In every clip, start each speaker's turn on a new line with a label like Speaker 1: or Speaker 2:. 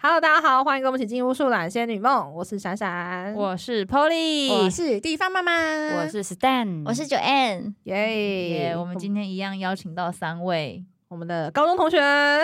Speaker 1: Hello，大家好，欢迎跟我们一起进入《树懒仙女梦》，我是闪闪，
Speaker 2: 我是
Speaker 3: 我
Speaker 2: Polly，
Speaker 3: 是地方妈妈，
Speaker 2: 我是 Stan，
Speaker 3: 我是九 N，
Speaker 1: 耶
Speaker 2: 耶我们今天一样邀请到三位，
Speaker 1: 我们的高中同学，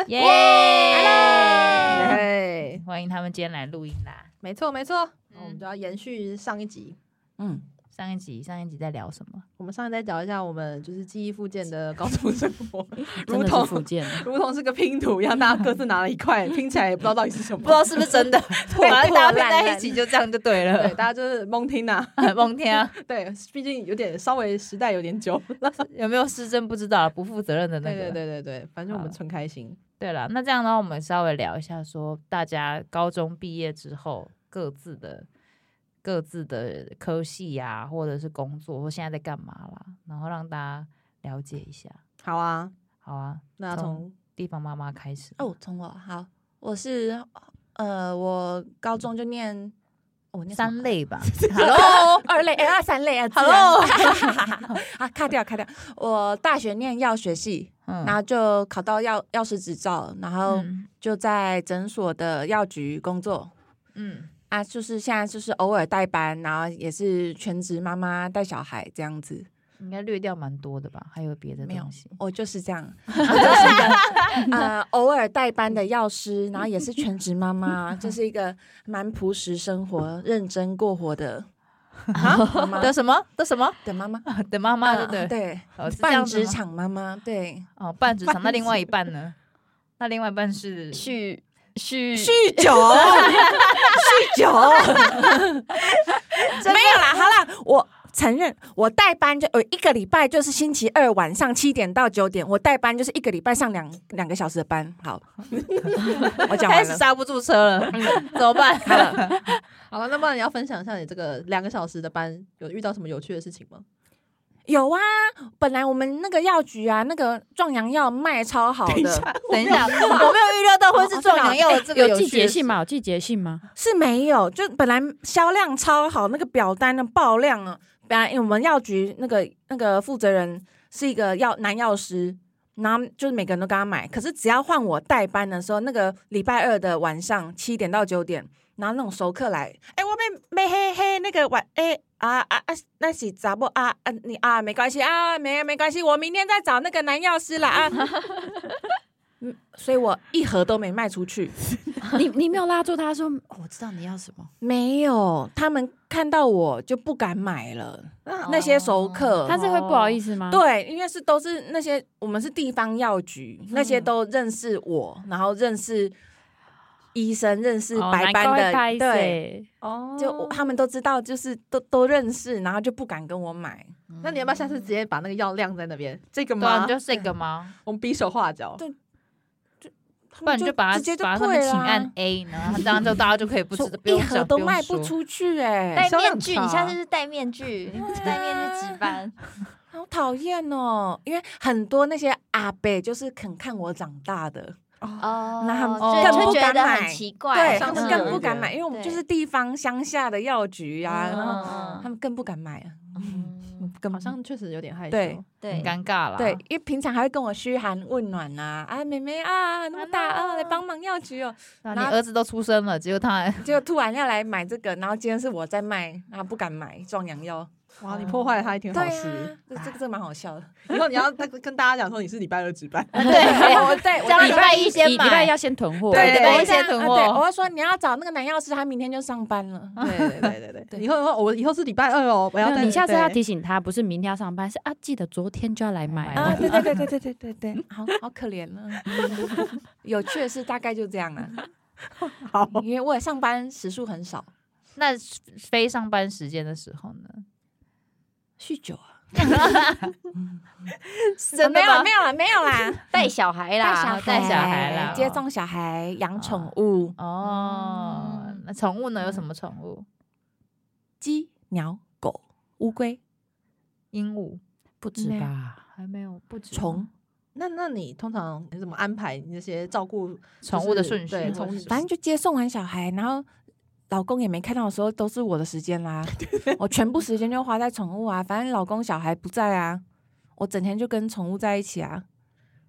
Speaker 2: 耶
Speaker 1: 耶，
Speaker 2: 欢迎他们今天来录音啦。
Speaker 1: 没错没错，那
Speaker 2: 嗯
Speaker 1: 我们就要延续上一集。
Speaker 3: 嗯，
Speaker 2: 上一集上一集在聊什么？
Speaker 1: 我们上一再讲一下我们就是记忆复健的高中生活，
Speaker 3: 真
Speaker 1: 如
Speaker 3: 的是福
Speaker 1: 同
Speaker 3: 建的，
Speaker 1: 如同是个拼图一样，大家各自拿了一块，拼起来也不知道到底是 什么，
Speaker 4: 不知道是不是真 的，把它搭配在一起就这样就对
Speaker 1: 对，
Speaker 4: 了。
Speaker 1: 大家就是蒙听呐，
Speaker 4: 蒙天啊，
Speaker 1: 对，毕竟有点稍微时代有点久，
Speaker 4: 有没有失真不知
Speaker 2: 啊
Speaker 4: 道，不负责任的那
Speaker 1: 对对
Speaker 4: 个。
Speaker 1: 对对对，反正我们纯开心，
Speaker 2: 对了，那这样的话，我们稍微聊一下说大家高中毕业之后各自的各自的科系呀、或者是工作，或现在在干嘛啦，然后让大家了解一下。
Speaker 1: 好啊，
Speaker 2: 好啊，
Speaker 1: 那从
Speaker 2: 地方妈妈开始。
Speaker 3: 哦，从我好，我是呃，我高中就念哦我念
Speaker 2: 三
Speaker 3: 类
Speaker 2: 类吧，
Speaker 3: ，Hello，二类哎啊，三类啊
Speaker 4: Hello
Speaker 3: 啊，卡掉卡掉，我大学念药学系，
Speaker 2: 嗯
Speaker 3: 然后就考到药药师执照，然后
Speaker 2: 嗯
Speaker 3: 就在诊所的药局工作。
Speaker 2: 嗯，
Speaker 3: 啊，就是现在就是偶尔代班，然后也是全职妈妈带小孩这样子，
Speaker 2: 应该略掉蛮多的吧？还有别的
Speaker 3: 没有
Speaker 2: 东西？
Speaker 3: 我哦就是 这样，我就是一个呃偶尔代班的药师，然后也是全职妈 妈，就是一个蛮朴实生活、认真过活的妈妈
Speaker 2: 啊的什么的什么
Speaker 3: 的妈妈，
Speaker 2: 的妈妈，对
Speaker 3: 啊
Speaker 2: 不对？
Speaker 3: 对，
Speaker 2: 哦，是这
Speaker 3: 半
Speaker 2: 样子
Speaker 3: 职
Speaker 2: 吗
Speaker 3: 场妈妈，对，
Speaker 2: 哦，半职场。那
Speaker 3: 半
Speaker 2: 另外一半呢？那另外一半是
Speaker 4: 酗酗
Speaker 3: 酗 酒，酗酒， 没有啦，好啦，我承认我代班就我呃一个礼拜就是星期二晚上七点到九点，我代班就是一个礼拜上两两个小时的班。 好，我讲
Speaker 4: 开
Speaker 3: 完
Speaker 4: 始
Speaker 3: 了。
Speaker 4: 刹不住车 了，怎么办？
Speaker 1: 好了，那不然你要分享一下你这个两个小时的班有遇到什么有趣的事情吗？
Speaker 3: 有啊，本来我们那个药局啊，那个壮阳药卖超好的，
Speaker 2: 等一呃下，我没有预料到会是壮
Speaker 5: 哦
Speaker 2: 阳药的这个
Speaker 5: 啊有季
Speaker 2: 趣
Speaker 5: 节
Speaker 2: 的
Speaker 5: 性
Speaker 2: 事？
Speaker 5: 吗？有季节性 吗？
Speaker 3: 是没有，就本来销量超好，那个表单的爆量啊，本来因为我们药局那个那个负责人是一个药男药师，然后就是每个人都跟他买，可是只要换我代班的时候，那个礼拜二的晚上七点到九点，然后那种熟客来，哎、我被被嘿嘿那个晚哎。啊啊啊！那是咋不啊啊你啊没关系啊没没关系，我明天再找那个男药师啦啊。 嗯所以我一盒都没卖出去。
Speaker 5: 你你没有拉住他说，哦我知道你要什么。
Speaker 3: 没有，他们看到我就不敢买了。那些熟
Speaker 6: 哦
Speaker 3: 客，
Speaker 5: 他是会不好意思吗？，
Speaker 3: 对，因为是都是那些我们是地方药局，那些都认识我，然后认识医生，认识
Speaker 5: 哦
Speaker 3: 白班的，
Speaker 5: 难怪会不好
Speaker 3: 对，
Speaker 5: 意思
Speaker 1: 哦
Speaker 3: 就我他们都知道，就是都都认识，然后就不敢跟我买。
Speaker 1: 那你要不要下次直接把那个药晾在那边？这个
Speaker 2: 对啊，
Speaker 1: 吗
Speaker 2: 你？就这个吗？
Speaker 1: 我们比手画脚
Speaker 3: 对。
Speaker 2: 不然你就把它
Speaker 3: 直接就
Speaker 2: 把它上
Speaker 3: 退
Speaker 2: 面
Speaker 3: 了
Speaker 2: 请
Speaker 3: 啊、
Speaker 2: 按 A，然后这样就大家就可以不
Speaker 3: 说
Speaker 2: 吃，不
Speaker 3: 一
Speaker 2: 用
Speaker 3: 盒
Speaker 2: 想
Speaker 3: 都
Speaker 2: 用
Speaker 3: 卖不
Speaker 2: 说。
Speaker 3: 出去哎、
Speaker 1: 销
Speaker 4: 戴
Speaker 1: 量
Speaker 4: 面具，
Speaker 1: 差啊
Speaker 4: 你下次是戴面具，戴面具值班。
Speaker 3: 好讨厌哦！因为很多那些阿伯就是肯看我长大的，
Speaker 4: 哦
Speaker 3: 那他们
Speaker 4: 就
Speaker 2: 更
Speaker 4: 就
Speaker 2: 不
Speaker 4: 觉
Speaker 3: 敢
Speaker 4: 得
Speaker 3: 买
Speaker 4: 很奇怪，
Speaker 3: 对
Speaker 1: 哎
Speaker 3: 他
Speaker 1: 上
Speaker 3: 们
Speaker 1: 次有
Speaker 3: 更
Speaker 1: 一
Speaker 3: 不敢
Speaker 1: 个
Speaker 3: 买，因为我们就
Speaker 4: 对
Speaker 3: 是地方乡下的药局啊，然后
Speaker 4: 嗯
Speaker 3: 他们更不敢买啊，
Speaker 4: 嗯
Speaker 3: 更
Speaker 1: 好像确实有点害羞。
Speaker 3: 对
Speaker 4: 对
Speaker 2: 很，尴尬啦。
Speaker 3: 对，因为平常还会跟我嘘寒问暖啊，啊妹妹啊那么大
Speaker 4: 啊
Speaker 3: 啊来帮忙药局哦，
Speaker 2: 对啊，
Speaker 3: 然
Speaker 2: 你
Speaker 3: 后
Speaker 2: 儿子都出生了，结果他还
Speaker 3: 结果突然要来买这个，然后今天是我在卖，然后不敢买壮阳药，
Speaker 1: 哇，你破坏了他一天
Speaker 3: 对
Speaker 1: 好
Speaker 3: 啊，
Speaker 1: 事。
Speaker 3: 这这个这蛮好笑的，
Speaker 1: 以后你要再跟大家讲说你是礼拜二值班，
Speaker 4: 对，
Speaker 3: 我对
Speaker 4: 这样礼拜一先
Speaker 5: 礼
Speaker 4: 买
Speaker 5: 拜要先囤货。
Speaker 1: 对
Speaker 4: 对，礼拜
Speaker 3: 我
Speaker 4: 一
Speaker 3: 这样
Speaker 4: 先囤
Speaker 3: 啊对，我
Speaker 4: 货。
Speaker 3: 会说你要找那个男药师，他明天就上班了。
Speaker 1: 对对对对对，以后以后我以后是礼拜二哦，我要
Speaker 5: 没有
Speaker 1: 带
Speaker 5: 你下次要
Speaker 1: 对
Speaker 5: 提醒他，不是明天要上班，是啊，记得昨天就要来买
Speaker 3: 啊，
Speaker 5: 哦。
Speaker 3: 对对对对对对对对，好好可怜了。 有趣的是大概就这样了，
Speaker 1: 好。
Speaker 3: 因为我上班时数很少，
Speaker 2: 那非上班时间的时候呢？
Speaker 3: 酗酒 啊？
Speaker 4: 真
Speaker 3: 哦没
Speaker 4: 的
Speaker 3: 有
Speaker 4: 吗
Speaker 3: 没？有啦，没有 啦，
Speaker 4: 带小孩啦，
Speaker 2: 带小孩啦
Speaker 3: 接送小孩，养宠物，
Speaker 2: 哦，
Speaker 3: 嗯
Speaker 2: 那宠物呢？有什么宠物？
Speaker 3: 鸡、鸟、狗、乌龟、
Speaker 2: 鹦鹉
Speaker 5: 不止
Speaker 3: 没有
Speaker 5: 吧？
Speaker 2: 还没有，不止
Speaker 3: 虫，
Speaker 1: 那那你通常你怎么安排你那些照顾
Speaker 2: 宠物的顺序
Speaker 1: 对，
Speaker 2: 或
Speaker 1: 宠物
Speaker 2: 是
Speaker 3: 反正就接送完小孩，然后。老公也没看到的时候，都是我的时间啦。 我全部时间就花在宠物啊，反正老公小孩不在啊，我整天就跟宠物在一起啊。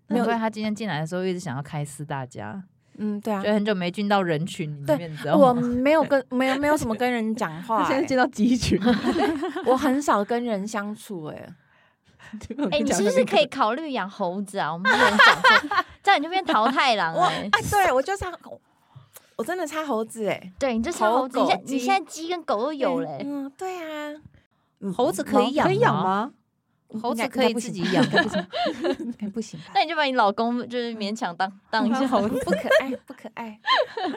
Speaker 2: 难怪他今天进来的时候一直想要开撕大家，
Speaker 3: 嗯，对啊
Speaker 2: 就，很久没进到人群里
Speaker 3: 对
Speaker 2: 面，你知道
Speaker 3: 我
Speaker 2: 吗？
Speaker 3: 没有跟 没有没有什么跟人讲话、
Speaker 1: 他现在
Speaker 3: 欸
Speaker 1: 进到集群，
Speaker 3: 我很少跟人相处、欸，
Speaker 1: 哎
Speaker 6: 哎、你是不是可以考虑养猴子啊？我们之前讲过，这样你就变淘汰狼
Speaker 3: 我
Speaker 6: 了、
Speaker 3: 哎，对我就差狗，我真的差猴子哎、欸，
Speaker 6: 对你这超猴子，你
Speaker 3: 猴狗
Speaker 6: 现你
Speaker 3: 鸡
Speaker 6: 现在鸡跟狗都有嘞、
Speaker 3: 嗯，对啊，
Speaker 2: 猴子可以养，
Speaker 1: 可以养？吗？
Speaker 2: 猴
Speaker 3: 应
Speaker 2: 子
Speaker 3: 该
Speaker 2: 可以自己养，
Speaker 3: 应该不行，应 该不行吧？
Speaker 6: 那你就把你老公就是勉强 当当一下猴 子，
Speaker 3: 不可爱，不可爱。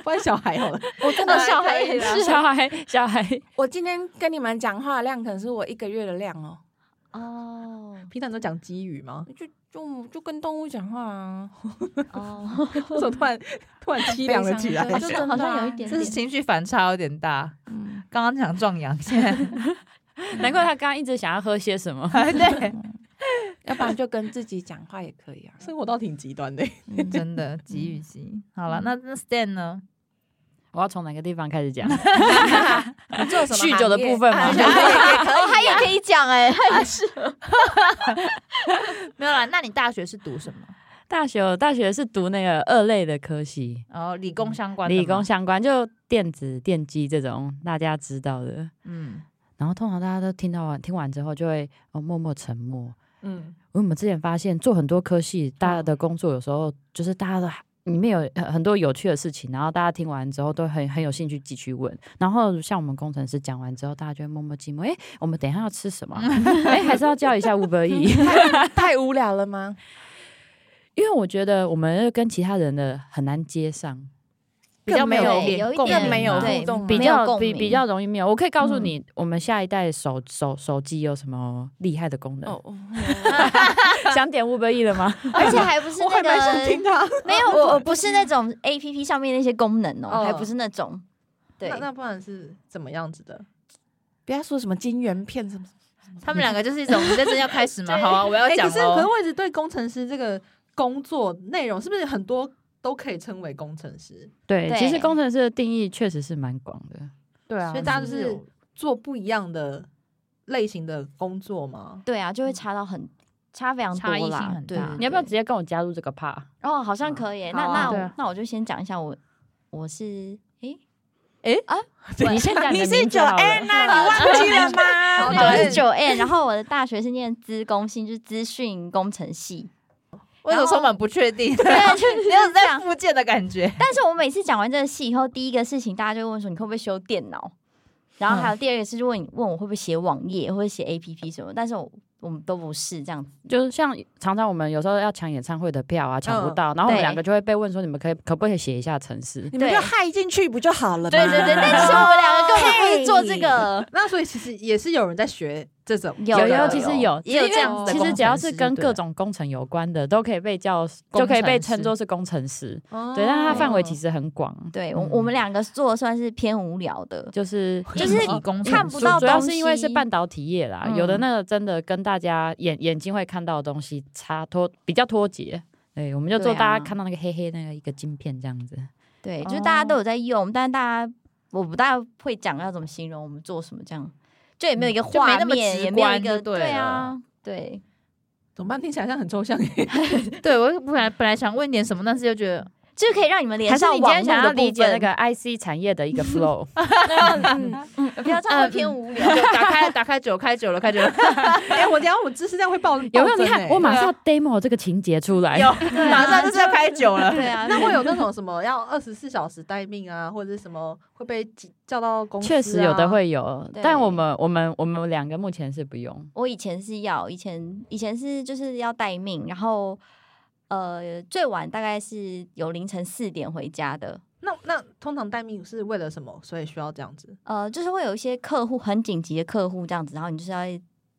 Speaker 1: 不然小孩好了，
Speaker 3: 我真
Speaker 6: 那
Speaker 3: 的，
Speaker 6: 小孩也是啊
Speaker 5: 小孩小孩，
Speaker 3: 我今天跟你们讲话的量可能是我一个月的量哦。
Speaker 6: 哦
Speaker 1: 平常都讲鸡语吗？
Speaker 3: 就就就跟动物讲话啊，
Speaker 6: 哦，
Speaker 1: 为什么突然突 然凄凉了起来？
Speaker 3: 悲伤就真的啊
Speaker 6: 好像有一点
Speaker 2: 这是
Speaker 6: 点。
Speaker 2: 情绪反差有点大。
Speaker 3: 嗯，
Speaker 2: 刚刚想壮阳，现在
Speaker 5: 难怪他刚刚一直想要喝些什么。
Speaker 2: 对，
Speaker 3: 要不然就跟自己讲话也可以啊。
Speaker 1: 生活倒挺极端 的，
Speaker 3: 嗯
Speaker 2: 真的急与急。好了，那
Speaker 1: 嗯
Speaker 2: 那 Stan 呢？
Speaker 5: 我要从哪个地方开始讲？
Speaker 3: 你做什么
Speaker 5: 酗酒的
Speaker 3: 行业
Speaker 5: 部分嘛
Speaker 3: 啊
Speaker 6: 哦，他也可以讲哎，他也是
Speaker 2: 没有啦，那你大学是读什么？
Speaker 5: 大学我大学是读那个二类的科系，
Speaker 2: 然后理工相关的吗，
Speaker 5: 理工相关，就电子、电机这种大家知道的。
Speaker 2: 嗯，
Speaker 5: 然后通常大家都听到完，听完之后就会哦默默沉默。
Speaker 1: 嗯，
Speaker 5: 因为我们之前发现做很多科系，大家的工作有时候就是大家都还里面有呃很多有趣的事情，然后大家听完之后都很很有兴趣继续问。然后像我们工程师讲完之后，大家就会默默寂寞，哎，我们等一下要吃什么啊？哎，还是要叫一下 Uber E。
Speaker 3: 太无聊了吗？
Speaker 5: 因为我觉得我们跟其他人的很难接上，比较没有
Speaker 6: 对
Speaker 2: 联
Speaker 6: 有一
Speaker 2: 共
Speaker 6: 点
Speaker 2: 鸣
Speaker 3: 没有
Speaker 5: 啊
Speaker 2: 嘛
Speaker 6: 对
Speaker 3: 互动吗
Speaker 5: 比
Speaker 6: 没有
Speaker 5: 较
Speaker 6: 共
Speaker 5: 比
Speaker 6: 鸣
Speaker 5: 比较容易没有。我可以告诉你，我们下一代手手手机有什么厉害的功能？
Speaker 3: 哦，哦
Speaker 5: 想点 Uber E 了吗？
Speaker 6: 而且还不是
Speaker 1: 我还
Speaker 6: 那
Speaker 1: 蛮想听
Speaker 6: 个
Speaker 1: 他。
Speaker 6: 没有，我不是那种 A P P 上面那些功能哦，
Speaker 1: 哦
Speaker 6: 还不是那种。对
Speaker 1: 那，那不然是怎么样子的？
Speaker 3: 不要说什么金元片 什么，
Speaker 2: 他们两个就是一种，你认真要 开始吗？好啊，我要
Speaker 1: 哎，
Speaker 2: 讲
Speaker 1: 可是可是
Speaker 2: 喽。
Speaker 1: 我一直对工程师这个工作内容，是不是很多都可以称为工程师？
Speaker 5: 对，
Speaker 6: 对
Speaker 5: 其实工程师的定义确实是蛮广的。
Speaker 1: 对啊所以大家就是做不一样的类型的工作吗？
Speaker 6: 对啊，就会差到很差非常多
Speaker 2: 差异性
Speaker 6: 啦
Speaker 2: 很。
Speaker 6: 对
Speaker 2: 大，
Speaker 5: 你要不要
Speaker 6: 对
Speaker 5: 直接跟我加入这个 part？
Speaker 6: 哦，好像可以耶。
Speaker 1: 嗯
Speaker 6: 那
Speaker 1: 好啊
Speaker 6: 那
Speaker 5: 对
Speaker 6: 我
Speaker 5: 啊
Speaker 6: 那我就先讲一下我我是诶
Speaker 1: 诶
Speaker 6: 啊，
Speaker 5: 你先讲
Speaker 3: 你
Speaker 5: 的
Speaker 3: 是
Speaker 5: 名字
Speaker 3: 九
Speaker 5: 好了
Speaker 3: N 呐，你忘记了
Speaker 1: 哦
Speaker 3: 吗？
Speaker 6: 啊我是九 N，然后我的大学是念资工系，就是资讯工程系。
Speaker 2: 为什么充满不确定？
Speaker 6: 对，啊就是
Speaker 2: 你有
Speaker 6: 这
Speaker 1: 啊
Speaker 2: 在
Speaker 6: 样。
Speaker 2: 复健的感觉。
Speaker 6: 但是我每次讲完这个系以后，第一个事情大家就会问说你会不会修电脑，然后还有第二个是就问你问我会不会写网页或者写 APP 什么，但是我我们都不是这样子。
Speaker 5: 就是像常常我们有时候要抢演唱会的票啊，抢不到，然后我们
Speaker 6: 对
Speaker 5: 两个就会被问说，你们可以可不可以写一下程式？
Speaker 3: 你们就害进去不就好了吗？
Speaker 6: 对对对， 但是我们两个根本不是做这个。
Speaker 1: 那所以其实也是有人在学这种，
Speaker 6: 有
Speaker 5: 有，
Speaker 6: 有
Speaker 5: 其实有，
Speaker 6: 也有
Speaker 5: 其实
Speaker 6: 这样子的
Speaker 5: 其实只要是
Speaker 2: 工程师
Speaker 5: 跟
Speaker 2: 对
Speaker 5: 各种工程有关的，都可以被叫，
Speaker 2: 工程师
Speaker 5: 就可以被称作是工程师。
Speaker 1: 哦
Speaker 5: 对，但它范围其实很广，
Speaker 6: 对我我们两个做的算是偏无聊的，
Speaker 5: 就是
Speaker 6: 就是
Speaker 2: 理工
Speaker 6: 看不到
Speaker 5: 主要是
Speaker 6: 东
Speaker 5: 因为是
Speaker 6: 西
Speaker 5: 半导体业啦，
Speaker 2: 嗯
Speaker 5: 有的那个真的跟大家眼眼睛会看到的东西差脱比较脱节。对，我们就做
Speaker 6: 对啊
Speaker 5: 大家看到那个黑黑那个一个晶片这样子。
Speaker 6: 对，就是大家都有在用，但大家我不大会讲要怎么形容我们做什么，这样嗯就也没有一个
Speaker 2: 就没
Speaker 6: 画
Speaker 2: 那么
Speaker 6: 面，
Speaker 2: 直
Speaker 6: 也没有一
Speaker 2: 观
Speaker 6: 个
Speaker 2: 就对
Speaker 6: 啊，对，
Speaker 1: 怎么办？听起来像很抽象耶。欸
Speaker 2: 对我本来本来想问点什么，但是又觉得
Speaker 6: 就是可以让你们连
Speaker 5: 还是
Speaker 6: 上
Speaker 5: 你今
Speaker 6: 网
Speaker 5: 天
Speaker 6: 络
Speaker 5: 想
Speaker 6: 的
Speaker 5: 要
Speaker 6: 部
Speaker 5: 理解
Speaker 6: 分，
Speaker 5: 那
Speaker 6: 哦
Speaker 5: 个 IC 产业 的一个 flow？
Speaker 6: 不要这样会偏无 聊。
Speaker 2: 嗯打开打开酒，开久了，开 久了，
Speaker 1: 哎，我等一下我知识量会爆欸
Speaker 5: 有没有？你看，我马
Speaker 2: 对
Speaker 5: 上
Speaker 2: 啊
Speaker 5: demo 这个情节出来。
Speaker 6: 对
Speaker 2: 马上
Speaker 6: 啊，
Speaker 2: 就是要 开酒了。
Speaker 6: 对啊，
Speaker 1: 那会有那种什么要二十四小时待命啊，或者是什么会被挤叫到公司、啊？
Speaker 5: 确实有的。会有，
Speaker 6: 对
Speaker 5: 但我们我们我们两个目前是不用。
Speaker 6: 我以前是要，以前以前是就是要待命，然后呃最晚大概是有凌晨四点回家的。
Speaker 1: 那那通常待命是为了什么？所以需要这样子。
Speaker 6: 呃，就是会有一些客户很紧急的客户这样子，然后你就是要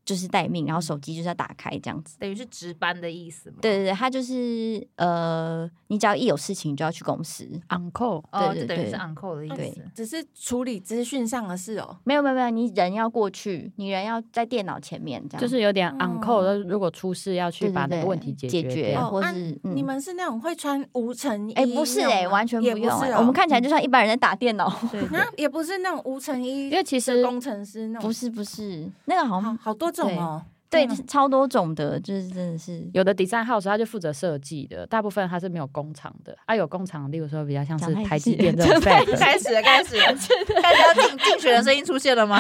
Speaker 6: 就是待命，然后手机就是要打开这样子。
Speaker 2: 等于是值班的意思嘛？
Speaker 6: 对对对，他就是呃，你只要一有事情就要去公司。
Speaker 5: Uncle，
Speaker 2: 哦，
Speaker 6: 对
Speaker 2: 就
Speaker 6: 对
Speaker 2: 等于
Speaker 6: 对
Speaker 2: 是 uncle 的意思
Speaker 6: 对。
Speaker 3: 只是处理资讯上的事哦。
Speaker 6: 没有没有没有，你人要过去，你人要在电脑前面这样。
Speaker 5: 就是有点 uncle，、
Speaker 3: 哦
Speaker 5: 如果出事要
Speaker 6: 对
Speaker 5: 去
Speaker 6: 对
Speaker 5: 把那
Speaker 6: 对
Speaker 5: 个问题解
Speaker 6: 解
Speaker 5: 决
Speaker 6: 决
Speaker 5: 掉。
Speaker 6: 或
Speaker 3: 啊
Speaker 6: 是嗯
Speaker 3: 你们是那种会穿无尘衣那
Speaker 6: 哎、
Speaker 3: 种吗？
Speaker 6: 不是哎、完全不
Speaker 3: 也
Speaker 6: 用、
Speaker 3: 是
Speaker 6: 哎
Speaker 3: 哦
Speaker 6: 我们看起来就像一般人在打电脑。
Speaker 2: 对对
Speaker 3: 那也不是那种无尘衣
Speaker 5: 因为其
Speaker 3: 的
Speaker 5: 实
Speaker 3: 工程师那种，哦
Speaker 6: 不是不是，那个好
Speaker 3: 好
Speaker 6: 像
Speaker 3: 好多种哦。
Speaker 6: 对，超多种的，就是真的是
Speaker 5: 有的 design house 他就负责设计的，大部分他是没有工厂的。啊，有工厂，例如说比较像是
Speaker 6: 讲太
Speaker 5: 台
Speaker 6: 细
Speaker 5: 积电
Speaker 6: 了
Speaker 5: 这种 fab
Speaker 4: 开始了，开始 了，开始要竞竞选的声音出现了 吗？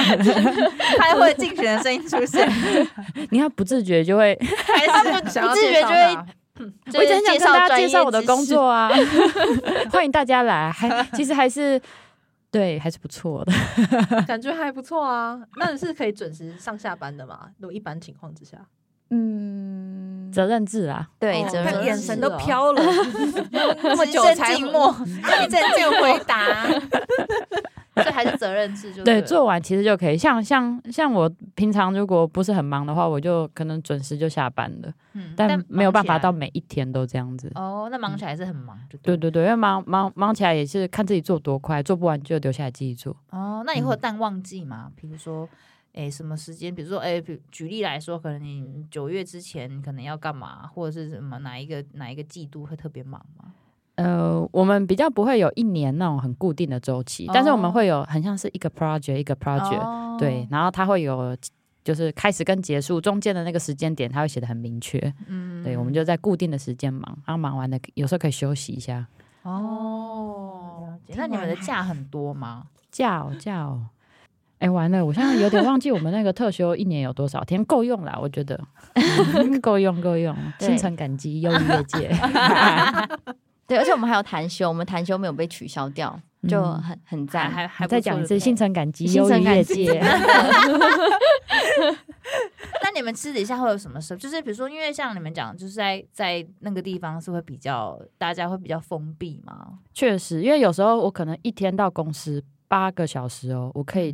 Speaker 4: 开会竞选的声音出现，
Speaker 5: 你看不自觉 就会，
Speaker 4: 开始想要
Speaker 6: 不自
Speaker 4: 介
Speaker 6: 觉
Speaker 4: 绍
Speaker 6: 就会
Speaker 4: 他
Speaker 5: 我一直很想
Speaker 6: 介
Speaker 5: 跟
Speaker 6: 绍
Speaker 5: 大家
Speaker 6: 专
Speaker 5: 介
Speaker 6: 业
Speaker 5: 绍我的
Speaker 6: 知
Speaker 5: 工
Speaker 6: 识
Speaker 5: 作 啊，欢迎大家来。还其实还是对，还是不错的。
Speaker 1: 感觉还不错啊。那你是可以准时上下班的嘛？如果一般情况之下，
Speaker 6: 嗯，
Speaker 5: 责任制啊，
Speaker 6: 对，啊
Speaker 1: 哦
Speaker 6: 责
Speaker 1: 看
Speaker 3: 他
Speaker 6: 任
Speaker 3: 眼
Speaker 1: 是
Speaker 3: 神
Speaker 6: 制
Speaker 3: 都
Speaker 1: 哦
Speaker 3: 飘了，
Speaker 4: 那么久才
Speaker 6: 一阵静
Speaker 4: 默， 一阵静回答，
Speaker 6: 所以还是责任制就
Speaker 5: 对，
Speaker 6: 了
Speaker 5: 做完其实就可以。像像像我平常如果不是很忙的话，我就可能准时就下班了，
Speaker 2: 嗯
Speaker 5: 但没有办法到
Speaker 2: 忙
Speaker 5: 每一天都这样子
Speaker 2: 起。来哦，那忙起来是很忙，就
Speaker 5: 对
Speaker 2: 了
Speaker 5: 对对，因为忙忙忙起来也是看自己做多快，做不完就留下来继续做。
Speaker 2: 哦，那你
Speaker 5: 嗯
Speaker 2: 会有淡旺季吗？比如说，哎，什么时间？比如说，哎，比举例来说，可能你九月之前你可能要干嘛，或者是什么哪一个哪一个季度会特别忙吗？
Speaker 5: 呃，我们比较不会有一年那种很固定的周期，但是我们会有很像是一个 project 一个 project，、
Speaker 2: 哦
Speaker 5: 对，，然后它会有就是开始跟结束中间的那个时间点，它会写的很明确。
Speaker 2: 嗯
Speaker 5: 对，我们就在固定的时间忙，然后忙完了有时候可以休息一下。
Speaker 2: 哦，了解那
Speaker 6: 听
Speaker 2: 你们
Speaker 6: 完
Speaker 2: 的
Speaker 6: 还
Speaker 2: 假很多吗？
Speaker 5: 假哦假哦，哎、完了，我现在有点忘记我们那个特休一年有多少天，够用啦，我觉 得嗯够用够用，
Speaker 6: 对
Speaker 5: 心存感激，优于业界。
Speaker 6: 对，而且我们还有谈休，我们谈休没有被取消掉，就
Speaker 5: 嗯
Speaker 6: 很很
Speaker 2: 还
Speaker 6: 赞。
Speaker 2: 还还不
Speaker 5: 再
Speaker 2: 错
Speaker 5: 讲一
Speaker 2: 就
Speaker 5: 次，
Speaker 2: 对
Speaker 5: 心存感激，
Speaker 6: 心
Speaker 5: 优
Speaker 6: 存
Speaker 5: 于
Speaker 6: 感
Speaker 5: 业
Speaker 6: 激
Speaker 5: 界。
Speaker 2: 那你们私底下会有什么事？就是比如说，因为像你们讲，就是在在那个地方是会比较大家会比较封闭嘛。
Speaker 5: 确实，因为有时候我可能一天到公司八个小时哦，我可以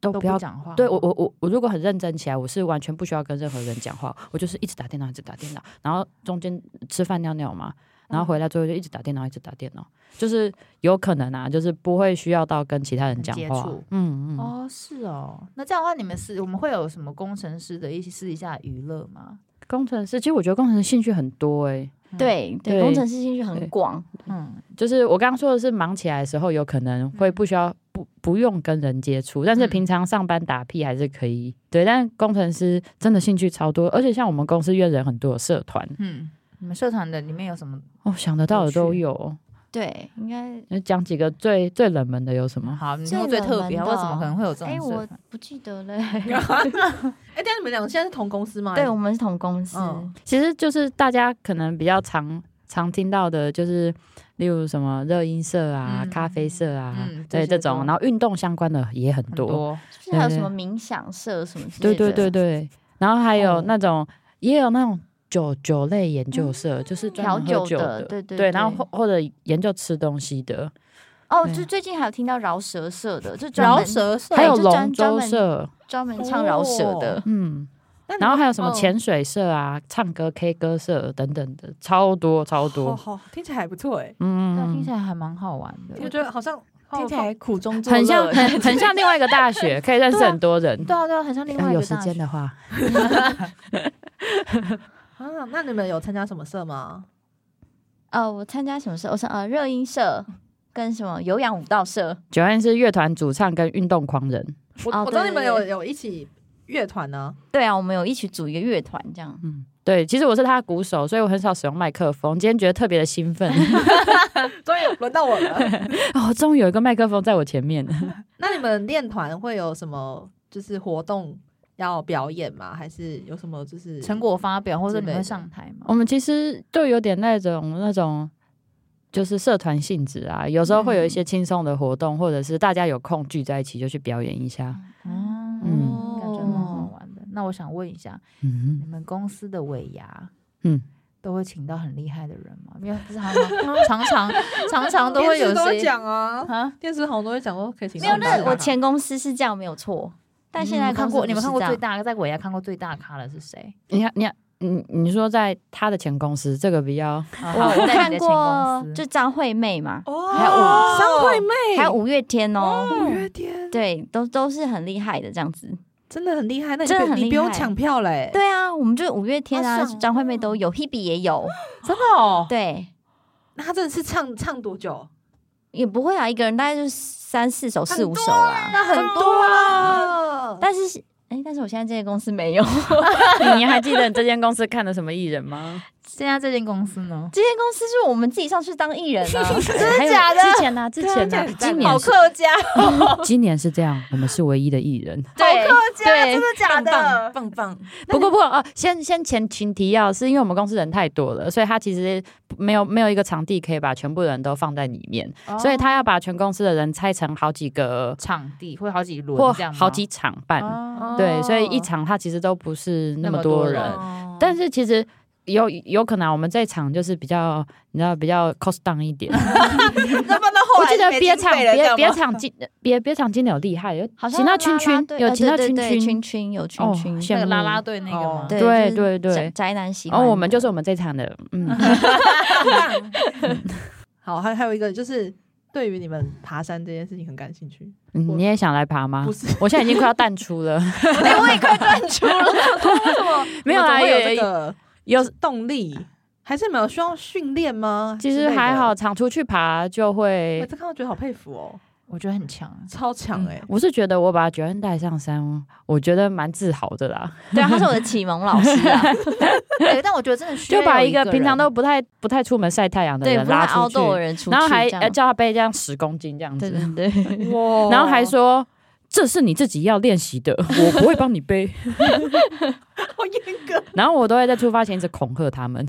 Speaker 5: 都
Speaker 2: 嗯都
Speaker 5: 不要。
Speaker 2: 讲话。
Speaker 5: 对我，我我我如果很认真起来，我是完全不需要跟任何人讲话，我就是一直打电脑，一直打电脑，然后中间吃饭尿尿嘛，然
Speaker 2: 嗯
Speaker 5: 后回来之后就一直打电脑，一直打电脑，就是有可能啊，就是不会需要到跟其他人讲
Speaker 2: 接
Speaker 5: 话
Speaker 2: 触。
Speaker 5: 嗯嗯，
Speaker 2: 哦，是哦。那这样的话，你们是我们会有什么工程师的一些私底下娱乐吗？
Speaker 5: 工程师，其实我觉得工程师兴趣很多欸诶、
Speaker 6: 对对，
Speaker 5: 对
Speaker 6: 工程师兴趣
Speaker 5: 对
Speaker 6: 很广，
Speaker 2: 嗯，
Speaker 5: 就是我刚刚说的是忙起来的时候，有可能会不需要、不不用跟人接触，但是
Speaker 2: 嗯
Speaker 5: 平常上班打屁还是可以。对，但工程师真的兴趣超多，而且像我们公司约人很多的社团，
Speaker 2: 嗯，你们社团的里面有什么？
Speaker 5: 哦，想得到的
Speaker 2: 有
Speaker 5: 都
Speaker 2: 趣
Speaker 5: 有。
Speaker 6: 对，应该
Speaker 5: 那讲几个最最冷门的有什么？
Speaker 2: 好，你听过最特别，
Speaker 6: 最冷门
Speaker 2: 为
Speaker 6: 的
Speaker 2: 什么可能会有这
Speaker 6: 哎，
Speaker 2: 种社
Speaker 6: 我
Speaker 2: 团？
Speaker 6: 不记得嘞。
Speaker 1: 哎、但你们两个现在是同公司吗？
Speaker 6: 对，我们是同公司，
Speaker 1: 嗯
Speaker 5: 其实就是大家可能比较常常听到的，就是例如什么热音社啊、
Speaker 2: 嗯
Speaker 5: 咖啡社啊，
Speaker 2: 嗯这
Speaker 5: 对
Speaker 2: 些
Speaker 5: 这
Speaker 2: 都
Speaker 5: 种，然后运动相关的也很
Speaker 2: 很
Speaker 5: 多。
Speaker 2: 多
Speaker 6: 是不是还有什
Speaker 5: 对
Speaker 6: 么冥想社什么之类
Speaker 5: 对
Speaker 6: 的？
Speaker 5: 对对对，然后还有
Speaker 6: 哦
Speaker 5: 那种、也有那种酒酒类研究社，就是专
Speaker 6: 调
Speaker 5: 门
Speaker 6: 酒
Speaker 5: 喝酒
Speaker 6: 的对对
Speaker 5: 对然后或或者研究吃东西的，
Speaker 6: 哦，
Speaker 5: 对
Speaker 6: 就最近还有听到饶舌社的，就专
Speaker 1: 饶
Speaker 6: 门
Speaker 1: 舌社，
Speaker 5: 还有
Speaker 6: 就专专
Speaker 5: 龙舟
Speaker 6: 门
Speaker 5: 社，
Speaker 6: 专门唱饶舌的
Speaker 1: 哦，
Speaker 5: 嗯，
Speaker 1: 那你
Speaker 5: 然后还有什么
Speaker 1: 嗯
Speaker 5: 潜水社啊、唱歌 K 歌社等等的，超多超
Speaker 1: 好
Speaker 5: 多，
Speaker 1: 好，听起来还不错哎、
Speaker 2: 对啊，
Speaker 5: 嗯
Speaker 2: 听起。来还蛮好玩的。
Speaker 1: 我觉得好哎像
Speaker 3: 听起来苦中作乐，
Speaker 5: 很像很很像另外一个大学，可以认识
Speaker 2: 对啊
Speaker 5: 很多人。
Speaker 2: 对啊，对啊，很像另
Speaker 5: 呃
Speaker 2: 外一
Speaker 5: 有
Speaker 2: 个
Speaker 5: 时
Speaker 2: 大
Speaker 5: 间
Speaker 2: 学
Speaker 5: 的话，
Speaker 1: 啊，那你们有参加什么社吗？
Speaker 6: 呃，我参加什么社？我是呃热音社跟什么有氧舞蹈社，
Speaker 5: 九安是乐团主唱跟运动狂人，
Speaker 1: 我、
Speaker 6: 哦
Speaker 1: 我知道
Speaker 6: 对
Speaker 1: 你们
Speaker 6: 对
Speaker 1: 有
Speaker 6: 对
Speaker 1: 有一起乐团呢、
Speaker 6: 对啊，我们有一起组一个乐团这样。
Speaker 5: 嗯，对，其实我是他的鼓手，所以我很少使用麦克风。今天觉得特别的兴奋，
Speaker 1: 终于轮到我了。
Speaker 5: 哦，终于有一个麦克风在我前 面。
Speaker 1: 那你们练团会有什么就是活动要表演吗？还是有什么就是
Speaker 2: 成？果发表，或者
Speaker 1: 之
Speaker 2: 你
Speaker 1: 类
Speaker 2: 会
Speaker 1: 的
Speaker 2: 上台吗？
Speaker 5: 我们其实就有点那种那种，就是社团性质啊，有时候会有一些轻松的活动，或者是大家有空聚在一起就去表演一下。
Speaker 2: 哦，
Speaker 5: 嗯
Speaker 2: 感觉蛮好玩的。那我想问一下，你
Speaker 5: 嗯，
Speaker 2: 们公司的尾牙，
Speaker 5: 嗯，
Speaker 2: 都会请到很厉害的人吗？因 为不是常常常常常常都会有
Speaker 1: 电视会
Speaker 2: 些
Speaker 1: 讲啊，
Speaker 2: 啊，
Speaker 1: 电视好像都会讲说可以请
Speaker 6: 没有，
Speaker 1: 上班
Speaker 6: 那
Speaker 1: 啊
Speaker 6: 我前公司是这样没有错，但现
Speaker 2: 你嗯
Speaker 6: 在
Speaker 5: 嗯
Speaker 2: 们看
Speaker 6: 公司
Speaker 2: 过你们
Speaker 6: 不
Speaker 2: 看
Speaker 6: 是
Speaker 2: 过
Speaker 6: 这
Speaker 2: 最
Speaker 6: 样
Speaker 2: 大在尾牙看过最大咖的是谁？
Speaker 5: 你看，你看，你你说在他的前公司这个比较，
Speaker 2: 好
Speaker 6: 我我
Speaker 2: 在
Speaker 6: 看
Speaker 2: 你的前
Speaker 6: 过
Speaker 2: 公司
Speaker 6: 就张惠妹嘛，
Speaker 1: 哦，
Speaker 6: 还有五
Speaker 1: 商会妹，
Speaker 6: 还有五月天哦，
Speaker 1: 五月天，
Speaker 6: 对，都都是很厉害的这样子。
Speaker 1: 真的很厉害。那你
Speaker 6: 真的
Speaker 1: 不
Speaker 6: 很
Speaker 1: 你不
Speaker 6: 厉
Speaker 1: 用
Speaker 6: 害
Speaker 1: 抢票嘞，
Speaker 6: 对啊，我们就五月天啊
Speaker 1: 好爽哦，
Speaker 6: 张惠妹都有，Hebe 也有，
Speaker 1: 真的哦。
Speaker 6: 对，
Speaker 1: 那他真的是唱唱多久？
Speaker 6: 也不
Speaker 2: 啊
Speaker 6: 会啊，一个人大概就是三四首、四五首啦。
Speaker 1: 那很多啦。
Speaker 6: 但是哎，但是我现在这个公司没有，
Speaker 5: 你还记得你这间公司看了什么艺人吗？
Speaker 2: 现在这间公司呢？
Speaker 6: 这些公司是我们自己上去当艺人 啊。
Speaker 5: 真的假的？之前啊呢？之前呢？今年
Speaker 4: 好
Speaker 5: 是
Speaker 4: 客家，
Speaker 5: 今年是这样，我们是唯一的艺人。
Speaker 6: 对
Speaker 4: 客
Speaker 1: 啊
Speaker 4: 家，
Speaker 6: 对
Speaker 4: 真的假
Speaker 3: 棒棒
Speaker 4: 的？
Speaker 3: 棒棒，
Speaker 5: 不过不过哦，先先前情提要，是因为我们公司人太多了，所以他其实没有没有一个场地可以把全部人都放在里面，所以他要把全公司的人拆成好几个
Speaker 2: 场地会好几轮
Speaker 5: 或
Speaker 2: 这样吗
Speaker 5: 好几场办。
Speaker 2: 哦
Speaker 5: 对，所以一场他其实都不是那
Speaker 2: 那
Speaker 5: 么
Speaker 2: 么
Speaker 5: 多
Speaker 2: 多
Speaker 5: 人，
Speaker 2: 人
Speaker 5: 但是其实。有有可能啊我们这一场就是比较，你知道比较 cost down 一点。
Speaker 4: 那么那后
Speaker 5: 我
Speaker 4: 来
Speaker 5: 记得
Speaker 4: 没
Speaker 5: 别
Speaker 4: 经
Speaker 5: 场
Speaker 4: 费了
Speaker 5: 别
Speaker 4: 干
Speaker 5: 别
Speaker 4: 嘛
Speaker 5: 场经别别场经理有厉害，有
Speaker 6: 好像
Speaker 5: 请到
Speaker 6: 拉
Speaker 5: 群
Speaker 6: 拉
Speaker 5: 群，
Speaker 6: 队
Speaker 5: 有
Speaker 6: 呃
Speaker 5: 请到
Speaker 6: 对
Speaker 5: 群
Speaker 6: 对对
Speaker 5: 群
Speaker 6: 群，群有群
Speaker 5: 哦
Speaker 6: 群，
Speaker 2: 那
Speaker 5: 羡
Speaker 2: 个
Speaker 5: 慕哦
Speaker 2: 拉拉队那个吗？
Speaker 5: 对
Speaker 6: 对就是
Speaker 5: 对对
Speaker 6: 宅宅男喜欢
Speaker 5: 哦，
Speaker 6: 的。
Speaker 5: 我们就是我们这一场的，嗯，
Speaker 3: 棒棒。
Speaker 1: 好，还还有一个就是对于你们爬山这件事情很感兴趣，
Speaker 5: 嗯你也想来爬吗
Speaker 1: 不？ 是？
Speaker 5: 我现在已经快要淡出了，
Speaker 1: 出了为什么？
Speaker 5: 没有
Speaker 1: 啊，
Speaker 5: 啦
Speaker 1: 有
Speaker 5: 也
Speaker 1: 这个
Speaker 5: 有
Speaker 1: 动力，还是没有需要训练吗？
Speaker 5: 其
Speaker 1: 之
Speaker 5: 实
Speaker 1: 类的
Speaker 5: 还好，，常出去爬就
Speaker 1: 我
Speaker 5: 会。
Speaker 1: 这看到觉得好佩服哦，
Speaker 2: 我觉得很强啊。
Speaker 1: 超强哎！
Speaker 5: 我是觉得我把九恩带上山，我觉得蛮自豪的啦，
Speaker 6: 对啊，他是我的启蒙老师 啊，
Speaker 2: 对，但我觉得真的需要
Speaker 5: 就把
Speaker 2: 有一
Speaker 5: 一个平常
Speaker 2: 人
Speaker 5: 都不太不太出门晒太阳的
Speaker 6: 对，
Speaker 5: 人
Speaker 6: 不是
Speaker 5: 拉
Speaker 6: 凹
Speaker 5: 出
Speaker 6: 豆的
Speaker 5: 去，
Speaker 6: 人出去，
Speaker 5: 然后还
Speaker 6: 这样
Speaker 5: 呃叫他背这样十公斤这样
Speaker 6: 对
Speaker 5: 子，
Speaker 6: 对对，
Speaker 1: 哇
Speaker 5: 然后还说这是你自己要练习的，我不会帮你背。
Speaker 1: 好严格，
Speaker 5: 然后我都会在出发前一直恐吓他们，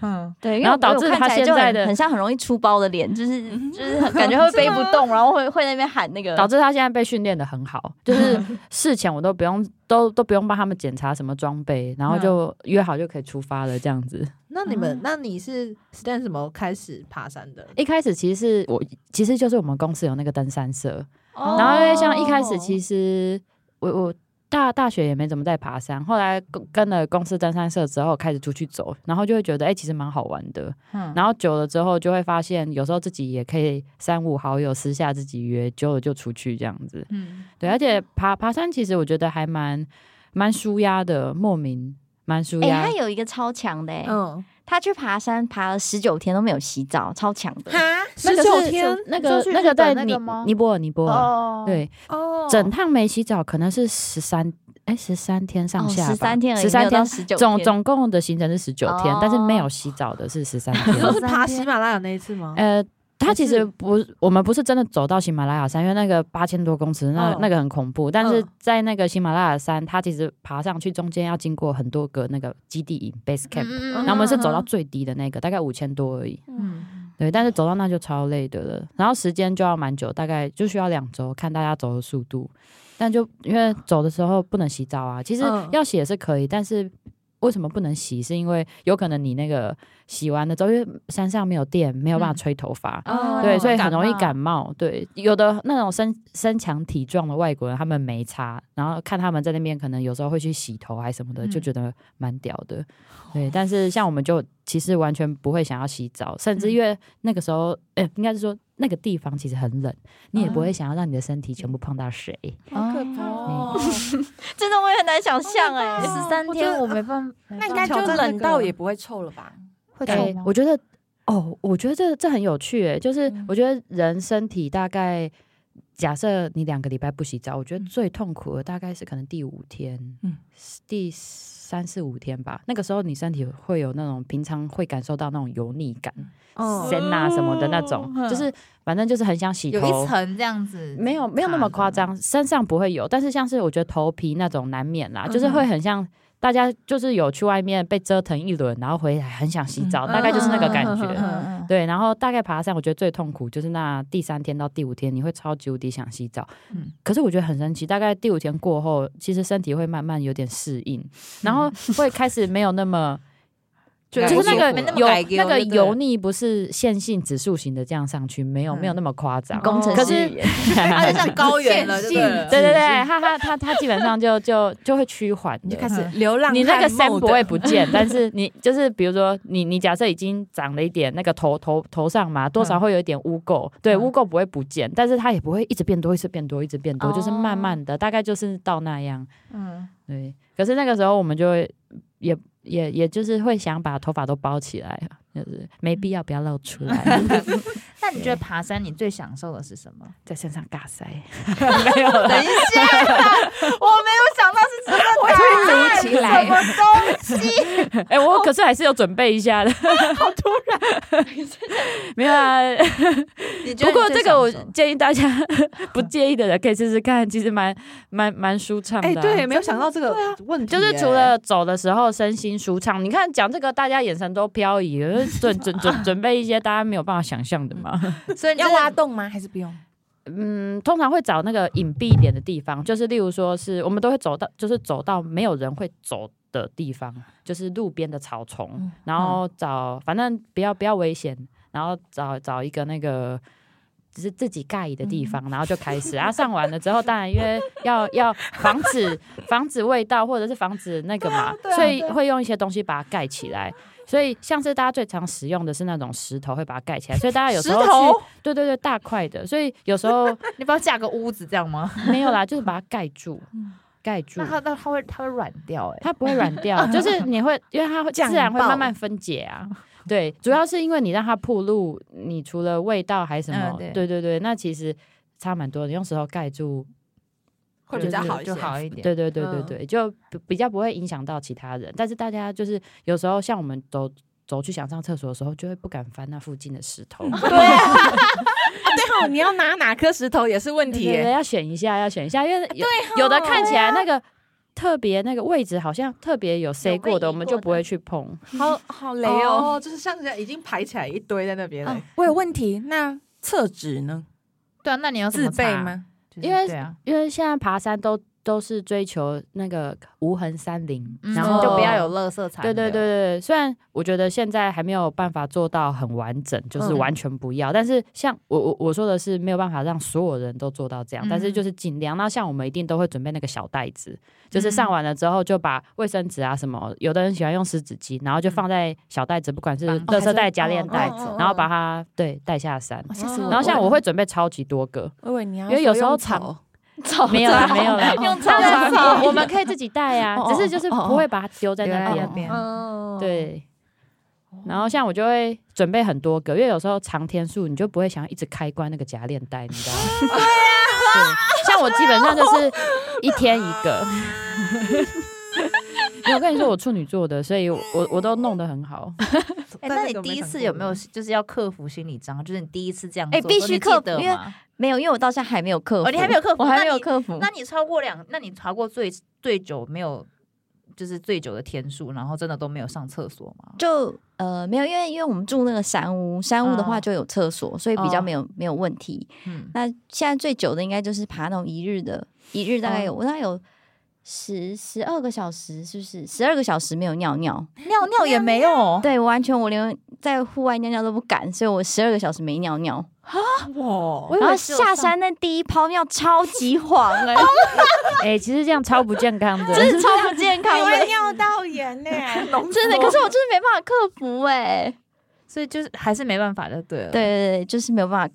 Speaker 2: 嗯，
Speaker 6: 对，因为
Speaker 5: 然后
Speaker 6: 我
Speaker 5: 导
Speaker 6: 我
Speaker 5: 致
Speaker 6: 看
Speaker 5: 他
Speaker 6: 起来
Speaker 5: 现
Speaker 6: 就
Speaker 5: 在
Speaker 6: 很
Speaker 5: 的嗯
Speaker 6: 很像很容易出包的脸，就是就是很感觉会背不 动，然后会会在那边喊那个
Speaker 5: 导致他现在被训练的很好，就是事前我都不用都都不用帮他们检查什么装备，然后就约好就可以出发了这样子。
Speaker 1: 那你
Speaker 5: 啊
Speaker 1: 们，那你是 Stan 什么开始爬山的？
Speaker 5: 一开始其实是我，其实就是我们公司有那个登山社，
Speaker 6: 哦
Speaker 5: 然后因为像一开始其实我我大大学也没怎么在爬山，后来跟跟了公司登山社之后开始出去走，然后就会觉得哎、其实蛮好玩的。
Speaker 2: 嗯
Speaker 5: 然后久了之后就会发现，有时候自己也可以三五好友私下自己约，久了就出去这样子。
Speaker 2: 嗯，
Speaker 5: 对，而且爬爬山其实我觉得还蛮蛮舒压的，莫名蛮舒
Speaker 6: 哎、
Speaker 5: 压。
Speaker 6: 他有一个超强的、欸，
Speaker 1: 嗯，
Speaker 6: 他去爬山爬了十九天都没有洗澡，超强的。
Speaker 3: 哈，
Speaker 5: 那个
Speaker 1: 19
Speaker 5: 是
Speaker 1: 天
Speaker 5: 那
Speaker 2: 你说
Speaker 5: 个
Speaker 2: 去
Speaker 5: 那
Speaker 2: 日本
Speaker 5: 个在
Speaker 2: 那
Speaker 5: 尼
Speaker 2: 个吗
Speaker 5: 尼泊尔尼泊尔，
Speaker 2: 哦，
Speaker 5: 对，
Speaker 1: 哦
Speaker 5: 整趟没洗澡可能是十三哎十三天上下吧，
Speaker 6: 哦十三天而已，
Speaker 5: 十三天。
Speaker 6: 十九
Speaker 5: 总 总共的行程是十九天，但是没有
Speaker 6: 哦
Speaker 5: 洗澡的是十三
Speaker 1: 你说
Speaker 5: 天。
Speaker 1: 是爬喜马拉雅那一次吗？
Speaker 5: 呃，
Speaker 1: 哦
Speaker 5: 它
Speaker 1: 还
Speaker 5: 其
Speaker 1: 是
Speaker 5: 实不，我们不是真的走到喜马拉雅山，因为那个八千多公尺，那、
Speaker 1: 嗯
Speaker 5: 那个很恐怖。但是
Speaker 1: 嗯
Speaker 5: 在那个喜马拉雅山，它其实爬上去中间要经过很多个那个基地营 （base camp），、然后我们是走到最低的那个，大概五千多而已。
Speaker 2: 嗯，
Speaker 5: 对，但是走到那就超累的了，然后时间就要蛮久，大概就需要两周，看大家走的速度。但就因为走的时候不能洗澡啊，其实
Speaker 1: 嗯
Speaker 5: 要洗也是可以，但是为什么不能洗？是因为有可能你那个洗完了之后，因为山上没有电，没有办法
Speaker 2: 嗯
Speaker 5: 吹头发，
Speaker 2: 哦
Speaker 5: 对，所以
Speaker 2: 感
Speaker 5: 很容易
Speaker 2: 冒
Speaker 5: 感冒。对，有的那种身身强体壮的外国人，他们没擦，然后看他们在那边可能有时候会去洗头还什么的，就
Speaker 2: 嗯
Speaker 5: 觉得蛮屌的。对，但是像我们就其实完全不会想要洗澡，甚至
Speaker 2: 嗯
Speaker 5: 因为那个时候，呃、应该是说那个地方其实很冷，你也不
Speaker 2: 哦
Speaker 5: 会想要让你的身体全部碰到水。
Speaker 2: 好可
Speaker 6: 怕
Speaker 5: 哦
Speaker 6: 真的我也很难想象哎、
Speaker 2: 十三
Speaker 1: 我觉
Speaker 2: 天
Speaker 1: 得
Speaker 2: 我没办法，
Speaker 3: 那应该就
Speaker 1: 挑战那
Speaker 3: 冷到
Speaker 1: 个
Speaker 3: 也不会臭了吧？
Speaker 2: 会臭
Speaker 5: 哎、
Speaker 2: 吗？
Speaker 5: 我觉得哦，我觉得这这很有趣、诶，就是我觉得人身体大概。假设你两个礼拜不洗澡，我觉得最痛苦的大概是可能第五天，
Speaker 3: 嗯
Speaker 5: 嗯，第三四五天吧。那个时候你身体会有那种平常会感受到那种油腻感、
Speaker 1: 哦
Speaker 5: 酸啊什么的那种，就是反正就是很想洗头，
Speaker 2: 有一层这样子，
Speaker 5: 没有没有那么夸张，身上不会有，但是像是我觉得头皮那种难免啦，就是会很像大家就是有去外面被折腾一轮，然后回来很想洗澡，大概就是那个感觉。
Speaker 2: 嗯，嗯
Speaker 5: 对，然后大概爬山，我觉得最痛苦就是那第三天到第五天，你会超级无敌想洗澡。
Speaker 2: 嗯
Speaker 5: 可是我觉得很神奇，大概第五天过后，其实身体会慢慢有点适应，然后会开始没有那么。
Speaker 1: 觉得
Speaker 5: 就是那
Speaker 1: 不
Speaker 5: 个
Speaker 1: 舒服了
Speaker 5: 油
Speaker 4: 改丢
Speaker 5: 那个
Speaker 4: 就对了
Speaker 5: 油腻不是线性指数型的这样上去，没有没有那么夸张。
Speaker 6: 哦工程
Speaker 5: 可
Speaker 6: 师
Speaker 5: 是
Speaker 6: 语言
Speaker 4: 他就像高原了，对了
Speaker 5: 对对对，他他他他基本上就 就就会趋缓的，嗯
Speaker 3: 你就开始流浪汉 mode，
Speaker 5: 你那个山不会不 见，但是你就是比如说你你假设已经长了一点那个头头头上嘛，多少会有一点污垢，
Speaker 3: 嗯
Speaker 5: 对，污垢不会不见，但是它也不会一直变多，一直变多，一直变
Speaker 3: 哦
Speaker 5: 多，就是慢慢的，大概就是到那样，
Speaker 2: 嗯，
Speaker 5: 对。可是那个时候我们就会也也也就是会想把头发都包起来，就是没必要不要露 出来，
Speaker 2: 那你觉得爬山你最享受的是什么？
Speaker 5: 在身上尬塞。
Speaker 4: 等一下，我没有想到是
Speaker 3: 起 来。
Speaker 5: 哎、我可是还是有准备一下的。 好突然， 没有啊。
Speaker 1: 你觉得你
Speaker 5: 不过
Speaker 1: 最
Speaker 5: 这个我
Speaker 1: 享受
Speaker 5: 建议大家 不介意的人可以试试看，其实蛮蛮蛮舒畅的、
Speaker 1: 哎、
Speaker 5: 啊。
Speaker 1: 对，没有想到这个问题、
Speaker 5: 就是除
Speaker 1: 哎
Speaker 5: 了走的时候身心舒畅，你看讲这个大家眼神都飘移了，就是准准准准备一些大家没有办法想象的嘛。
Speaker 1: 所以你
Speaker 3: 要
Speaker 1: 就是
Speaker 3: 挖洞吗？还是不用？
Speaker 5: 嗯，通常会找那个隐蔽一点的地方，就是例如说是我们都会走到，就是走到没有人会走的地方，就是路边的草丛，
Speaker 1: 嗯
Speaker 5: 然后找反正不要不要危险，然后找找一个那个。只是自己盖的地
Speaker 1: 嗯
Speaker 5: 方，然后就开始。然后上完了之后，当然因为要要防止防止味道，或者是防止那个嘛，
Speaker 1: 啊
Speaker 5: 所以会用一些东西把它盖起来。所以像是大家最常使用的是那种石头，会把它盖起来。所以大家有时候
Speaker 1: 石头
Speaker 5: 去，对对对，大块的。所以有时候
Speaker 2: 你不要架个屋子这样吗？
Speaker 5: 没有啦，就是把它盖住，
Speaker 2: 嗯
Speaker 5: 盖住
Speaker 2: 那。它那它会它会软掉哎、
Speaker 5: 它不会软 掉，就是你会，因为它会
Speaker 3: 酱
Speaker 5: 自然会
Speaker 3: 爆
Speaker 5: 慢慢分解啊。
Speaker 2: 哦
Speaker 5: 对，主要是因为你让它铺路，你除了味道还什么，
Speaker 2: 嗯对
Speaker 5: 对对对，那其实差蛮多的。你用石头盖住，
Speaker 1: 会
Speaker 5: 比较
Speaker 1: 好一
Speaker 2: 就
Speaker 1: 些
Speaker 2: 好一点。
Speaker 5: 对对对
Speaker 2: 嗯
Speaker 5: 对对，就比比较不会影响到其他人。但是大家就是有时候像我们走走去想上厕所的时候，就会不敢翻那附近的石 头。
Speaker 3: 对哦，你要拿哪颗石头也是问题
Speaker 5: 对对对
Speaker 3: 耶。
Speaker 5: 要选一下，要选一下，因为有,、有的看起来那个特别那个位置好像特别有塞过的，
Speaker 6: 移
Speaker 5: 我们就
Speaker 6: 过
Speaker 5: 不会去碰。
Speaker 3: 好好雷哦。
Speaker 1: 哦，就是像人家已经排起来一堆在那边了、
Speaker 3: 啊我有问题，那厕纸呢？
Speaker 2: 对啊，那你要怎么
Speaker 3: 自备
Speaker 2: 擦？
Speaker 3: 吗？
Speaker 2: 就是
Speaker 5: 因为
Speaker 2: 对啊，
Speaker 5: 因为现在爬山都都是追求那个无痕山林，
Speaker 2: 嗯
Speaker 5: 然后
Speaker 2: 就不要有垃圾残
Speaker 5: 对
Speaker 2: 留。
Speaker 5: 对对对，虽然我觉得现在还没有办法做到很完整，就是
Speaker 2: 嗯
Speaker 5: 完全不要，但是像我我我说的是没有办法让所有人都做到这样，但是就是尽量。那像我们一定都会准备那个小袋子，就是上完了之后就把卫生纸啊什么，有的人喜欢用湿纸巾，然后就放在小袋子，不管是
Speaker 2: 绑
Speaker 5: 垃圾袋、夹
Speaker 2: 哦
Speaker 5: 链
Speaker 3: 带
Speaker 5: 袋，
Speaker 3: 走
Speaker 5: 然后把它对带下山。
Speaker 3: 吓哦死我
Speaker 5: 然后哦像我会准备超级多个，
Speaker 3: 我以为你要
Speaker 5: 因为有时候
Speaker 3: 说用草
Speaker 6: 草
Speaker 5: 没 有啦，没有啦，
Speaker 6: 用草
Speaker 5: 当然
Speaker 6: 草
Speaker 5: 我我们可以自己带呀
Speaker 3: 哦，哦
Speaker 5: 只是就是不会把它丢在
Speaker 2: 留
Speaker 5: 那
Speaker 2: 在那
Speaker 5: 边。
Speaker 2: 边。
Speaker 5: 嗯
Speaker 1: 哦，
Speaker 5: 对。然后像我就会准备很多个，因为有时候长天数你就不会想要一直开关那个夹链带，你知道吗？ 对，像我基本上就是一天一个。 因为我跟你说，我处女座的，所以我我我都弄得很好。
Speaker 2: 哎、
Speaker 1: 但
Speaker 2: 那
Speaker 1: 这
Speaker 2: 你
Speaker 1: 个我
Speaker 2: 第
Speaker 1: 没
Speaker 2: 一
Speaker 1: 想
Speaker 2: 次
Speaker 1: 过
Speaker 2: 有没有就是要克服心理障碍？就是你第一次这样做，
Speaker 6: 哎必
Speaker 2: 说
Speaker 6: 须
Speaker 2: 你记
Speaker 6: 克服
Speaker 2: 得
Speaker 6: 因为
Speaker 2: 吗
Speaker 6: 没有，因为我到现在还没有克服，
Speaker 2: 哦你还没有克服
Speaker 6: 我还没
Speaker 2: 那
Speaker 6: 有
Speaker 2: 你
Speaker 6: 克服。
Speaker 2: 那你超过两，那你超过最最久没有，就是最久的天数，然后真的都没有上厕所吗？
Speaker 6: 就呃没有，因为因为我们住那个山屋，山屋的话
Speaker 2: 嗯
Speaker 6: 就有厕所，所以比较
Speaker 2: 哦
Speaker 6: 没有没有问题。
Speaker 2: 嗯，
Speaker 6: 那现在最久的应该就是爬那种一日的，一日大概有、我大概有十十二个小时，是不是？十二个小时没有尿尿，
Speaker 2: 尿尿也没有，
Speaker 6: 对我完全我连在户外尿尿都不敢，所以我十二个小时没尿尿。
Speaker 1: 哇，
Speaker 2: 我以
Speaker 6: 然后
Speaker 2: 为只有
Speaker 6: 下
Speaker 2: 上
Speaker 6: 山那第一泡尿超级黄哎、
Speaker 5: 哎、其实这样超不健康的。
Speaker 6: 真是超不健康
Speaker 3: 你会
Speaker 6: 的，
Speaker 3: 尿道 炎呢？
Speaker 6: 真的。可是我就是没办法克服哎、
Speaker 2: 所以就是还是没办法的，对了
Speaker 6: 对，对对，就是没有办法，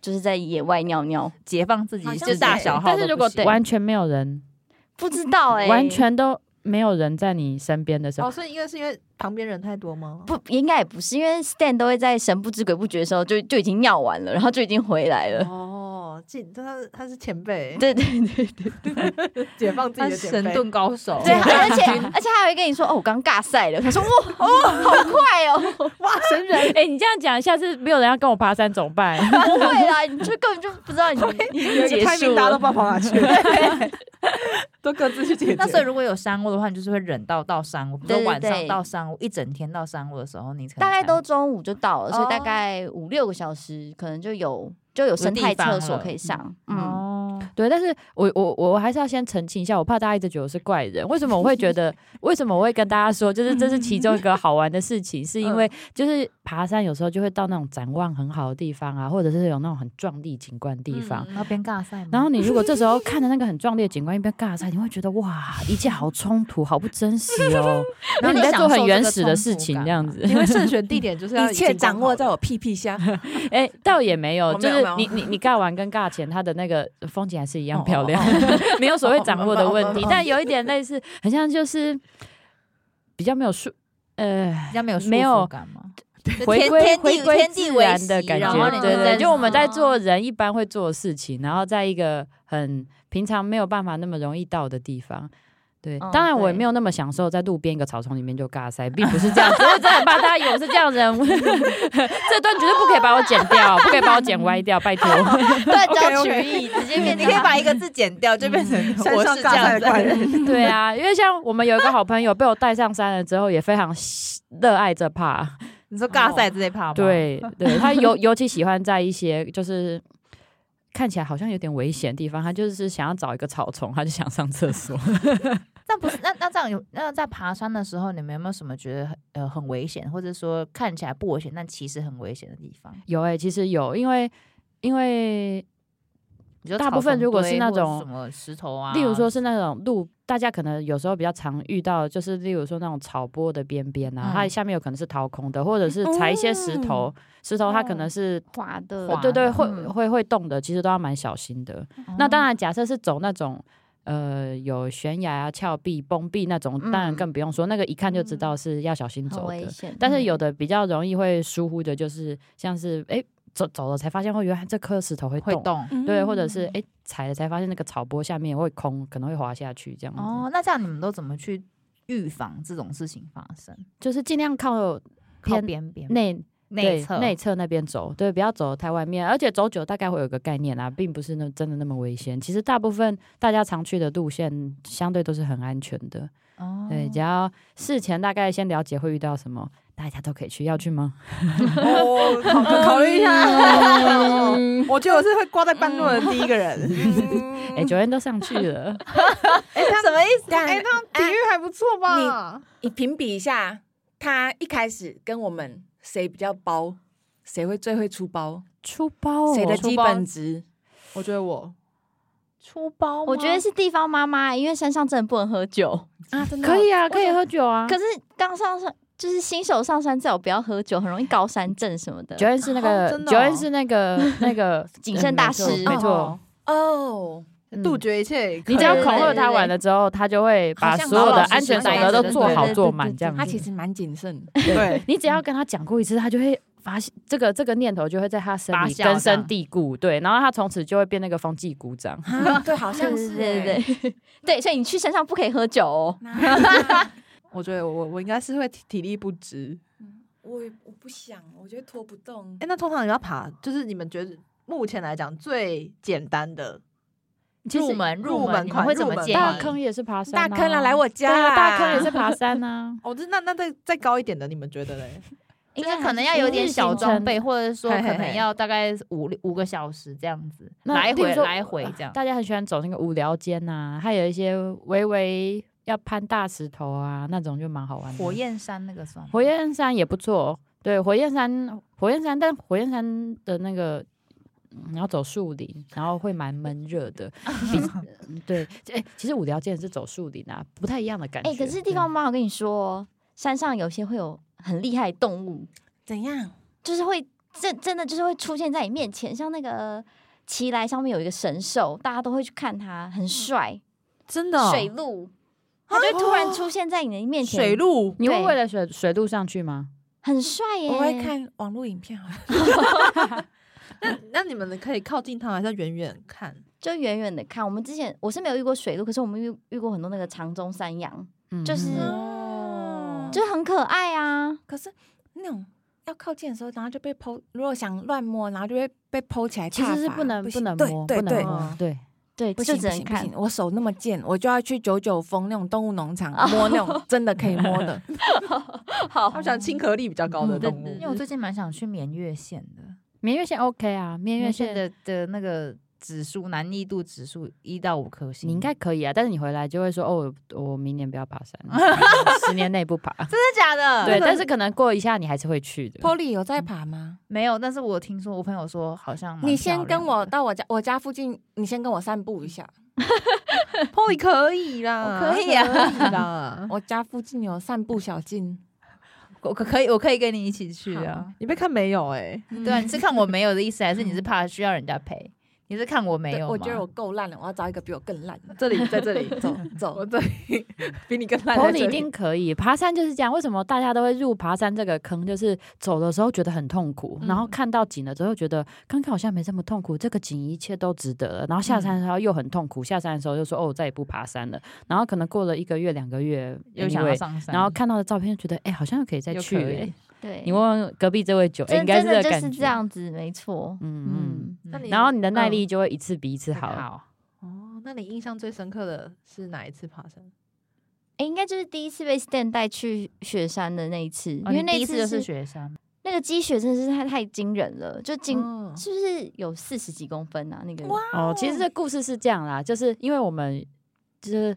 Speaker 6: 就是在野外尿尿，
Speaker 2: 解放自己
Speaker 3: 好像
Speaker 2: 就是大小号
Speaker 5: 但
Speaker 2: 都不行，
Speaker 5: 是如果完全没有人，
Speaker 6: 不知道哎、
Speaker 5: 完全都没有人在你身边的时候
Speaker 1: 哦，，所以因为是因为旁边人太多 吗？
Speaker 6: 不，应该也不是，因为 Stan 都会在神不知鬼不觉的时候就就已经尿完了，然后就已经回来了。
Speaker 1: 哦，这他他是前辈，
Speaker 6: 对对对对
Speaker 1: 解放自己
Speaker 2: 他
Speaker 1: 的
Speaker 2: 是
Speaker 1: 前
Speaker 2: 神
Speaker 1: 辈。
Speaker 2: 盾高 手，
Speaker 6: 对，而且而且他还会跟你说哦，我刚尬赛了。他 说哇哦，好快 哦，
Speaker 5: 哎、你这样讲，下次没有人要跟我爬山怎么办？
Speaker 6: 不会啦，你就根本就不知道你 你已经结
Speaker 1: 排
Speaker 6: 束
Speaker 1: 名大家都
Speaker 6: 了。
Speaker 1: 不知道跑哪去， 都各自去解决。
Speaker 2: 那所以如果有山屋的话，你就是会忍到到山屋，比如
Speaker 6: 对
Speaker 2: 说
Speaker 6: 对
Speaker 2: 晚上
Speaker 6: 对
Speaker 2: 到山屋，一整天到山屋的时候，你可能
Speaker 6: 大概
Speaker 2: 才
Speaker 6: 都中午就到了，所以大
Speaker 2: 哦
Speaker 6: 概五六个小时可能就有就有生
Speaker 2: 地
Speaker 6: 态
Speaker 2: 方
Speaker 6: 厕所
Speaker 2: 了
Speaker 6: 可以上。嗯，
Speaker 2: 哦，
Speaker 5: 对，但是我我我我还是要先澄清一下，我怕大家一直觉得我是怪人。为什么我会觉得？为什么我会跟大家说，就是这是其中一个好玩的事情，是因为就是爬山有时候就会到那种展望很好的地方啊，或者是有那种很壮丽景观的地方。
Speaker 2: 然后边尬赛吗，
Speaker 5: 然后你如果这时候看着那个很壮丽的景观，一边尬赛，你会觉得哇，一切好冲突，好不真实哦。然后你在做很原始的事情，这样子。
Speaker 1: 你会慎选地点，就是要
Speaker 3: 一切
Speaker 1: 已经逛
Speaker 3: 掌握
Speaker 1: 好
Speaker 3: 在我屁屁 下。
Speaker 5: 哎、倒也没有，
Speaker 3: 哦没
Speaker 5: 就
Speaker 3: 有没
Speaker 5: 是
Speaker 3: 有哦
Speaker 5: 你你你尬完跟尬前，它的那个风景还是一样漂亮， 没有所谓掌握的问
Speaker 3: 哦哦
Speaker 5: 题
Speaker 3: 哦哦，
Speaker 5: 但有一点类似，很像就是比较没有束，呃
Speaker 2: 比，较没有束
Speaker 5: 没有
Speaker 2: 缚感吗？
Speaker 5: 回
Speaker 4: 天
Speaker 5: 归
Speaker 4: 天地
Speaker 5: 回归
Speaker 4: 天地
Speaker 5: 自
Speaker 4: 为
Speaker 5: 然的
Speaker 4: 席
Speaker 5: 感
Speaker 4: 然后
Speaker 5: 觉，
Speaker 4: 你
Speaker 5: 对
Speaker 4: 就
Speaker 5: 对，
Speaker 4: 在
Speaker 5: 就我们在
Speaker 6: 哦
Speaker 5: 做人一般会做的事情，然后在一个很平常没有办法那么容易到的地方。对，
Speaker 4: 哦
Speaker 6: 嗯
Speaker 5: 当然我也
Speaker 6: 对
Speaker 5: 没有那么享受在路边一个草丛里面就尬塞，并不是这样子，我真的怕大家以为我是这样的人。 这段绝对不可以把我剪掉，不可以把我剪歪掉，拜托。
Speaker 6: 断章
Speaker 1: OK，OK
Speaker 6: 取义，直接变
Speaker 4: 你
Speaker 6: 成
Speaker 4: 可以把一个字剪掉，就变成
Speaker 2: 嗯
Speaker 4: 我是这样
Speaker 1: 怪
Speaker 4: 子。
Speaker 1: 人，
Speaker 5: 对啊，因为像我们有一个好朋友被我带上山了之后，也非常喜热爱这怕。
Speaker 2: 你说尬赛这一趴吗？，
Speaker 5: 对对，他尤尤其喜欢在一些就是看起来好像有点危险的地方，他就是想要找一个草丛，他就想上厕 所。
Speaker 2: 但不是那那这样有那在爬山的时候，你们有没有什么觉得很呃很危险，或者说看起来不危险但其实很危险的地方？
Speaker 5: 有哎、其实有，因为因为
Speaker 2: 比如说
Speaker 5: 大部分
Speaker 2: 草丛
Speaker 5: 如果是
Speaker 2: 堆或
Speaker 5: 那
Speaker 2: 者
Speaker 5: 种
Speaker 2: 什么石头啊，
Speaker 5: 例如说是那种路，大家可能有时候比较常遇到，就是例如说那种草坡的边边啊，
Speaker 2: 嗯哦
Speaker 5: 它下面有可能是掏空的，或者是踩一些石头，石头它可能是。
Speaker 6: 滑的，
Speaker 5: 呃
Speaker 2: 滑
Speaker 5: 对对，
Speaker 2: 的
Speaker 5: 会
Speaker 6: 嗯
Speaker 5: 会会动的，其实都要蛮小心的。
Speaker 2: 哦，
Speaker 5: 那当然，假设是走那种呃有悬崖啊、峭壁、崩壁那种，当然
Speaker 6: 嗯
Speaker 5: 更不用说，那个一看就知道是要小心
Speaker 6: 很
Speaker 5: 走的
Speaker 6: 危。险。
Speaker 5: 但是有
Speaker 6: 嗯
Speaker 5: 的比较容易会疏忽的，就是像是哎、诶走走了才发现，哦，原来这颗石头会
Speaker 2: 会
Speaker 5: 动，
Speaker 2: 动。
Speaker 5: 对，或者是
Speaker 3: 嗯
Speaker 5: 哎、诶踩了才发现那个草坡下面会空，可能会滑下去这样子。
Speaker 2: 哦，那这样你们都怎么去预防这种事情发生？
Speaker 5: 就是尽量靠
Speaker 2: 靠
Speaker 5: 偏
Speaker 2: 边边
Speaker 5: 内
Speaker 2: 内侧
Speaker 5: 嗯内侧那边走，对，不要走得太外面，而且走久大概会有个概念啊，并不是那真的那么危险。其实大部分大家常去的路线相对都是很安全的，
Speaker 2: 哦
Speaker 5: 对，只要事前大概先了解会遇到什么，大家都可以去，要去吗？
Speaker 1: 哦，考考虑一下。我觉得我是会挂在半路的第一个人。
Speaker 5: 哎、九人都上去了，
Speaker 1: 哎，什么意思？
Speaker 3: 但
Speaker 1: 哎，他体育还不错吧？
Speaker 3: 你评比一下，他一开始跟我们谁比较包，谁会最会出包，
Speaker 5: 出包、哦，
Speaker 3: 谁的
Speaker 5: 出
Speaker 3: 基本值？
Speaker 1: 我觉得我
Speaker 2: 出包吗，
Speaker 6: 我觉得是地方妈妈，因为山上真的不能喝酒。
Speaker 5: 可以啊，可以喝酒啊。
Speaker 6: 可是刚上山就是新手上山，最好不要喝酒，很容易高山症什么的。
Speaker 5: 九人是那个，
Speaker 1: 哦真的哦
Speaker 5: 九人是那个那个
Speaker 6: 谨慎大师
Speaker 5: 嗯没错没错
Speaker 1: 哦，
Speaker 3: 哦，
Speaker 5: 嗯
Speaker 1: 杜绝一切可
Speaker 5: 你
Speaker 1: 能。
Speaker 5: 只要恐
Speaker 6: 对
Speaker 5: 吓
Speaker 6: 对
Speaker 5: 他
Speaker 6: 对
Speaker 5: 完了之后，他就会把
Speaker 2: 好像
Speaker 5: 所有
Speaker 2: 老
Speaker 5: 的
Speaker 2: 老实
Speaker 5: 安
Speaker 2: 实
Speaker 5: 全
Speaker 2: 做
Speaker 5: 责任都
Speaker 2: 事
Speaker 5: 做
Speaker 2: 对
Speaker 5: 好
Speaker 2: 对
Speaker 5: 做
Speaker 6: 对
Speaker 5: 满
Speaker 6: 对
Speaker 5: 这样
Speaker 3: 他
Speaker 5: 子。
Speaker 3: 其实蛮谨 慎的。
Speaker 1: 对，
Speaker 5: 你只要跟他讲过一次，他就会发现这个这个念头就会在他身
Speaker 2: 发
Speaker 5: 里
Speaker 2: 酵
Speaker 5: 根
Speaker 2: 这
Speaker 5: 深
Speaker 2: 样
Speaker 5: 蒂固，对，然后他从此就会变那个风纪鼓掌。
Speaker 3: 啊对，好像
Speaker 6: 对
Speaker 3: 是
Speaker 6: 对
Speaker 3: 欸。
Speaker 6: 对 对对，所以你去山上不可以喝酒哦。
Speaker 3: 那
Speaker 1: 我觉得我我应该是会体体力不支。
Speaker 3: 我也我不想，我觉得拖不动
Speaker 1: 哎、。那通常你要爬，就是你们觉得目前来讲最简单的，
Speaker 5: 其
Speaker 2: 入
Speaker 5: 实
Speaker 2: 门
Speaker 1: 入
Speaker 2: 门
Speaker 1: 门
Speaker 2: 你们
Speaker 1: 款
Speaker 2: 会怎
Speaker 1: 入
Speaker 2: 么啊
Speaker 1: 门
Speaker 2: 建
Speaker 5: 大
Speaker 1: 款
Speaker 2: 议？
Speaker 5: 坑也是爬山、
Speaker 3: 大坑了，来我
Speaker 5: 对
Speaker 3: 家
Speaker 5: 啊，
Speaker 3: 啦！
Speaker 5: 大坑也是爬山啊。
Speaker 1: 哦，这那那再再高一点的，你们觉得嘞？
Speaker 2: 应该可能要有点小装备，或者说可能要大概五五个小时这样子，
Speaker 5: 那
Speaker 2: 来
Speaker 5: 例如
Speaker 2: 回
Speaker 5: 说呃
Speaker 2: 来回这样。
Speaker 5: 大家很喜欢走那个无聊间呐、还有一些微微要攀大石头啊，那种就蛮好玩的。
Speaker 2: 火焰山那个算吗
Speaker 5: 火焰山也不错，对，火焰山火焰山，但火焰山的那个。嗯你要走树林，然后会蛮闷热的。比 嗯对，哎、其实五条剑是走树林啊，不太一样的感觉。
Speaker 6: 哎、可是地方妈妈，我跟你说、哦，山上有些会有很厉害的动物，
Speaker 3: 怎样？
Speaker 6: 就是会真真的就是会出现在你面前，像那个奇来上面有一个神兽，大家都会去看它，很帅，
Speaker 1: 真的
Speaker 6: 水鹿，它就会突然出现在你的面前，
Speaker 1: 水路
Speaker 5: 你会
Speaker 6: 对
Speaker 5: 为了水水路上去吗？
Speaker 6: 很帅耶、
Speaker 3: 我会看网络影片好了。
Speaker 1: 那那你们可以靠近它，还是要远远看？
Speaker 6: 就远远的看。我们之前我是没有遇过水鹿，可是我们遇遇过很多那个长鬃山羊，
Speaker 5: 嗯
Speaker 6: 就是
Speaker 5: 嗯
Speaker 3: 哦
Speaker 6: 就很可爱啊。
Speaker 3: 可是那种要靠近的时候，然后就被剖，如果想乱摸，然后就会被剖起来
Speaker 5: 其
Speaker 3: 踏伐。
Speaker 5: 实是啊不能不
Speaker 3: 行
Speaker 5: 能
Speaker 3: 对
Speaker 5: 摸，
Speaker 3: 对
Speaker 5: 不能
Speaker 3: 对，
Speaker 5: 摸，对，
Speaker 6: 对，
Speaker 3: 不
Speaker 6: 就
Speaker 3: 行
Speaker 6: 只
Speaker 3: 不
Speaker 6: 能
Speaker 3: 行不
Speaker 6: 看
Speaker 3: 行，。我手那么贱，我就要去九九峰那种动物农场摸那 种真的可以摸的。嗯
Speaker 6: 好
Speaker 1: 我，想亲和力比较高的
Speaker 5: 嗯
Speaker 1: 动
Speaker 6: 对
Speaker 1: 物
Speaker 6: 对
Speaker 2: 因为 我最近蛮想去绵月县的，
Speaker 5: 绵月线 OK 啊，
Speaker 2: 绵
Speaker 5: 绵月
Speaker 2: 月
Speaker 5: 线
Speaker 2: 县的的那个指数难易度指数一到五颗星，
Speaker 5: 你应该可以啊，但是你回来就会说哦，我我明年不要爬山，十年内不爬。
Speaker 4: 真的假的？
Speaker 5: 对，但是可能过一下你还是会去的。
Speaker 3: Polly 有在爬吗？
Speaker 2: 没有。但是我听说我朋友说好像蛮
Speaker 3: 你先
Speaker 2: 漂亮
Speaker 3: 跟我
Speaker 2: 的
Speaker 3: 到我家，我家附近，你先跟我散步一下。
Speaker 1: ，Polly 可以啦，
Speaker 4: 我可以啊
Speaker 1: 哦可以啊 啦。
Speaker 3: 我家附近有散步小径，
Speaker 4: 我可可以，我可以跟你一起去啊。
Speaker 1: 你被看没有、欸？
Speaker 3: 嗯啊
Speaker 5: 嗯
Speaker 2: 对啊，你是看我没有的意思，还是你是怕需要人家陪？你是看我没有吗？
Speaker 3: 我觉得我够烂了，我要找一个比我更烂的。
Speaker 1: 这里在这 里，
Speaker 3: 走走
Speaker 1: 我，这里比你更烂
Speaker 5: 头
Speaker 1: 在
Speaker 5: 你
Speaker 1: 这
Speaker 5: 一
Speaker 1: 里。
Speaker 5: 定可以，爬山就是这样。为什么大家都会入爬山这个坑？就是走的时候觉得很痛苦，然后
Speaker 3: 嗯
Speaker 5: 看到景了之后觉得刚刚好像没这么痛苦，这个景一切都值得了。然后下山的时候又很痛苦，下山的时候又说哦，我再也不爬山了。然后可能过了一个月、两个月，
Speaker 2: 又想要
Speaker 5: anyway，
Speaker 2: 上山，
Speaker 5: 然后看到的照片就觉得哎、好像又可以再
Speaker 2: 又
Speaker 5: 去、
Speaker 2: 可以
Speaker 5: 哎
Speaker 6: 对，
Speaker 5: 你问问隔壁这位酒，哎、
Speaker 6: 真
Speaker 5: 应该
Speaker 6: 真
Speaker 5: 是
Speaker 6: 的
Speaker 5: 这个
Speaker 6: 就
Speaker 5: 感
Speaker 6: 是
Speaker 5: 觉。
Speaker 6: 这样子，没错。
Speaker 5: 嗯嗯。
Speaker 6: 嗯，
Speaker 1: 那你
Speaker 5: 然后你的耐
Speaker 1: 嗯
Speaker 5: 力就会一次比一次好。
Speaker 1: 哦，那你印象最深刻的是哪一次爬山？
Speaker 6: 哎，应该就是第一次被 Stan 带去雪山的那一次，因
Speaker 2: 哦
Speaker 6: 为
Speaker 2: 你
Speaker 6: 那
Speaker 2: 第一次就是
Speaker 6: 是
Speaker 2: 雪山，
Speaker 6: 那个积雪真的是太太惊人了，就惊
Speaker 1: 嗯
Speaker 6: 是不是有四十几公分啊？那个
Speaker 3: 哇
Speaker 5: 哦，其实这故事是这样啦，就是因为我们就是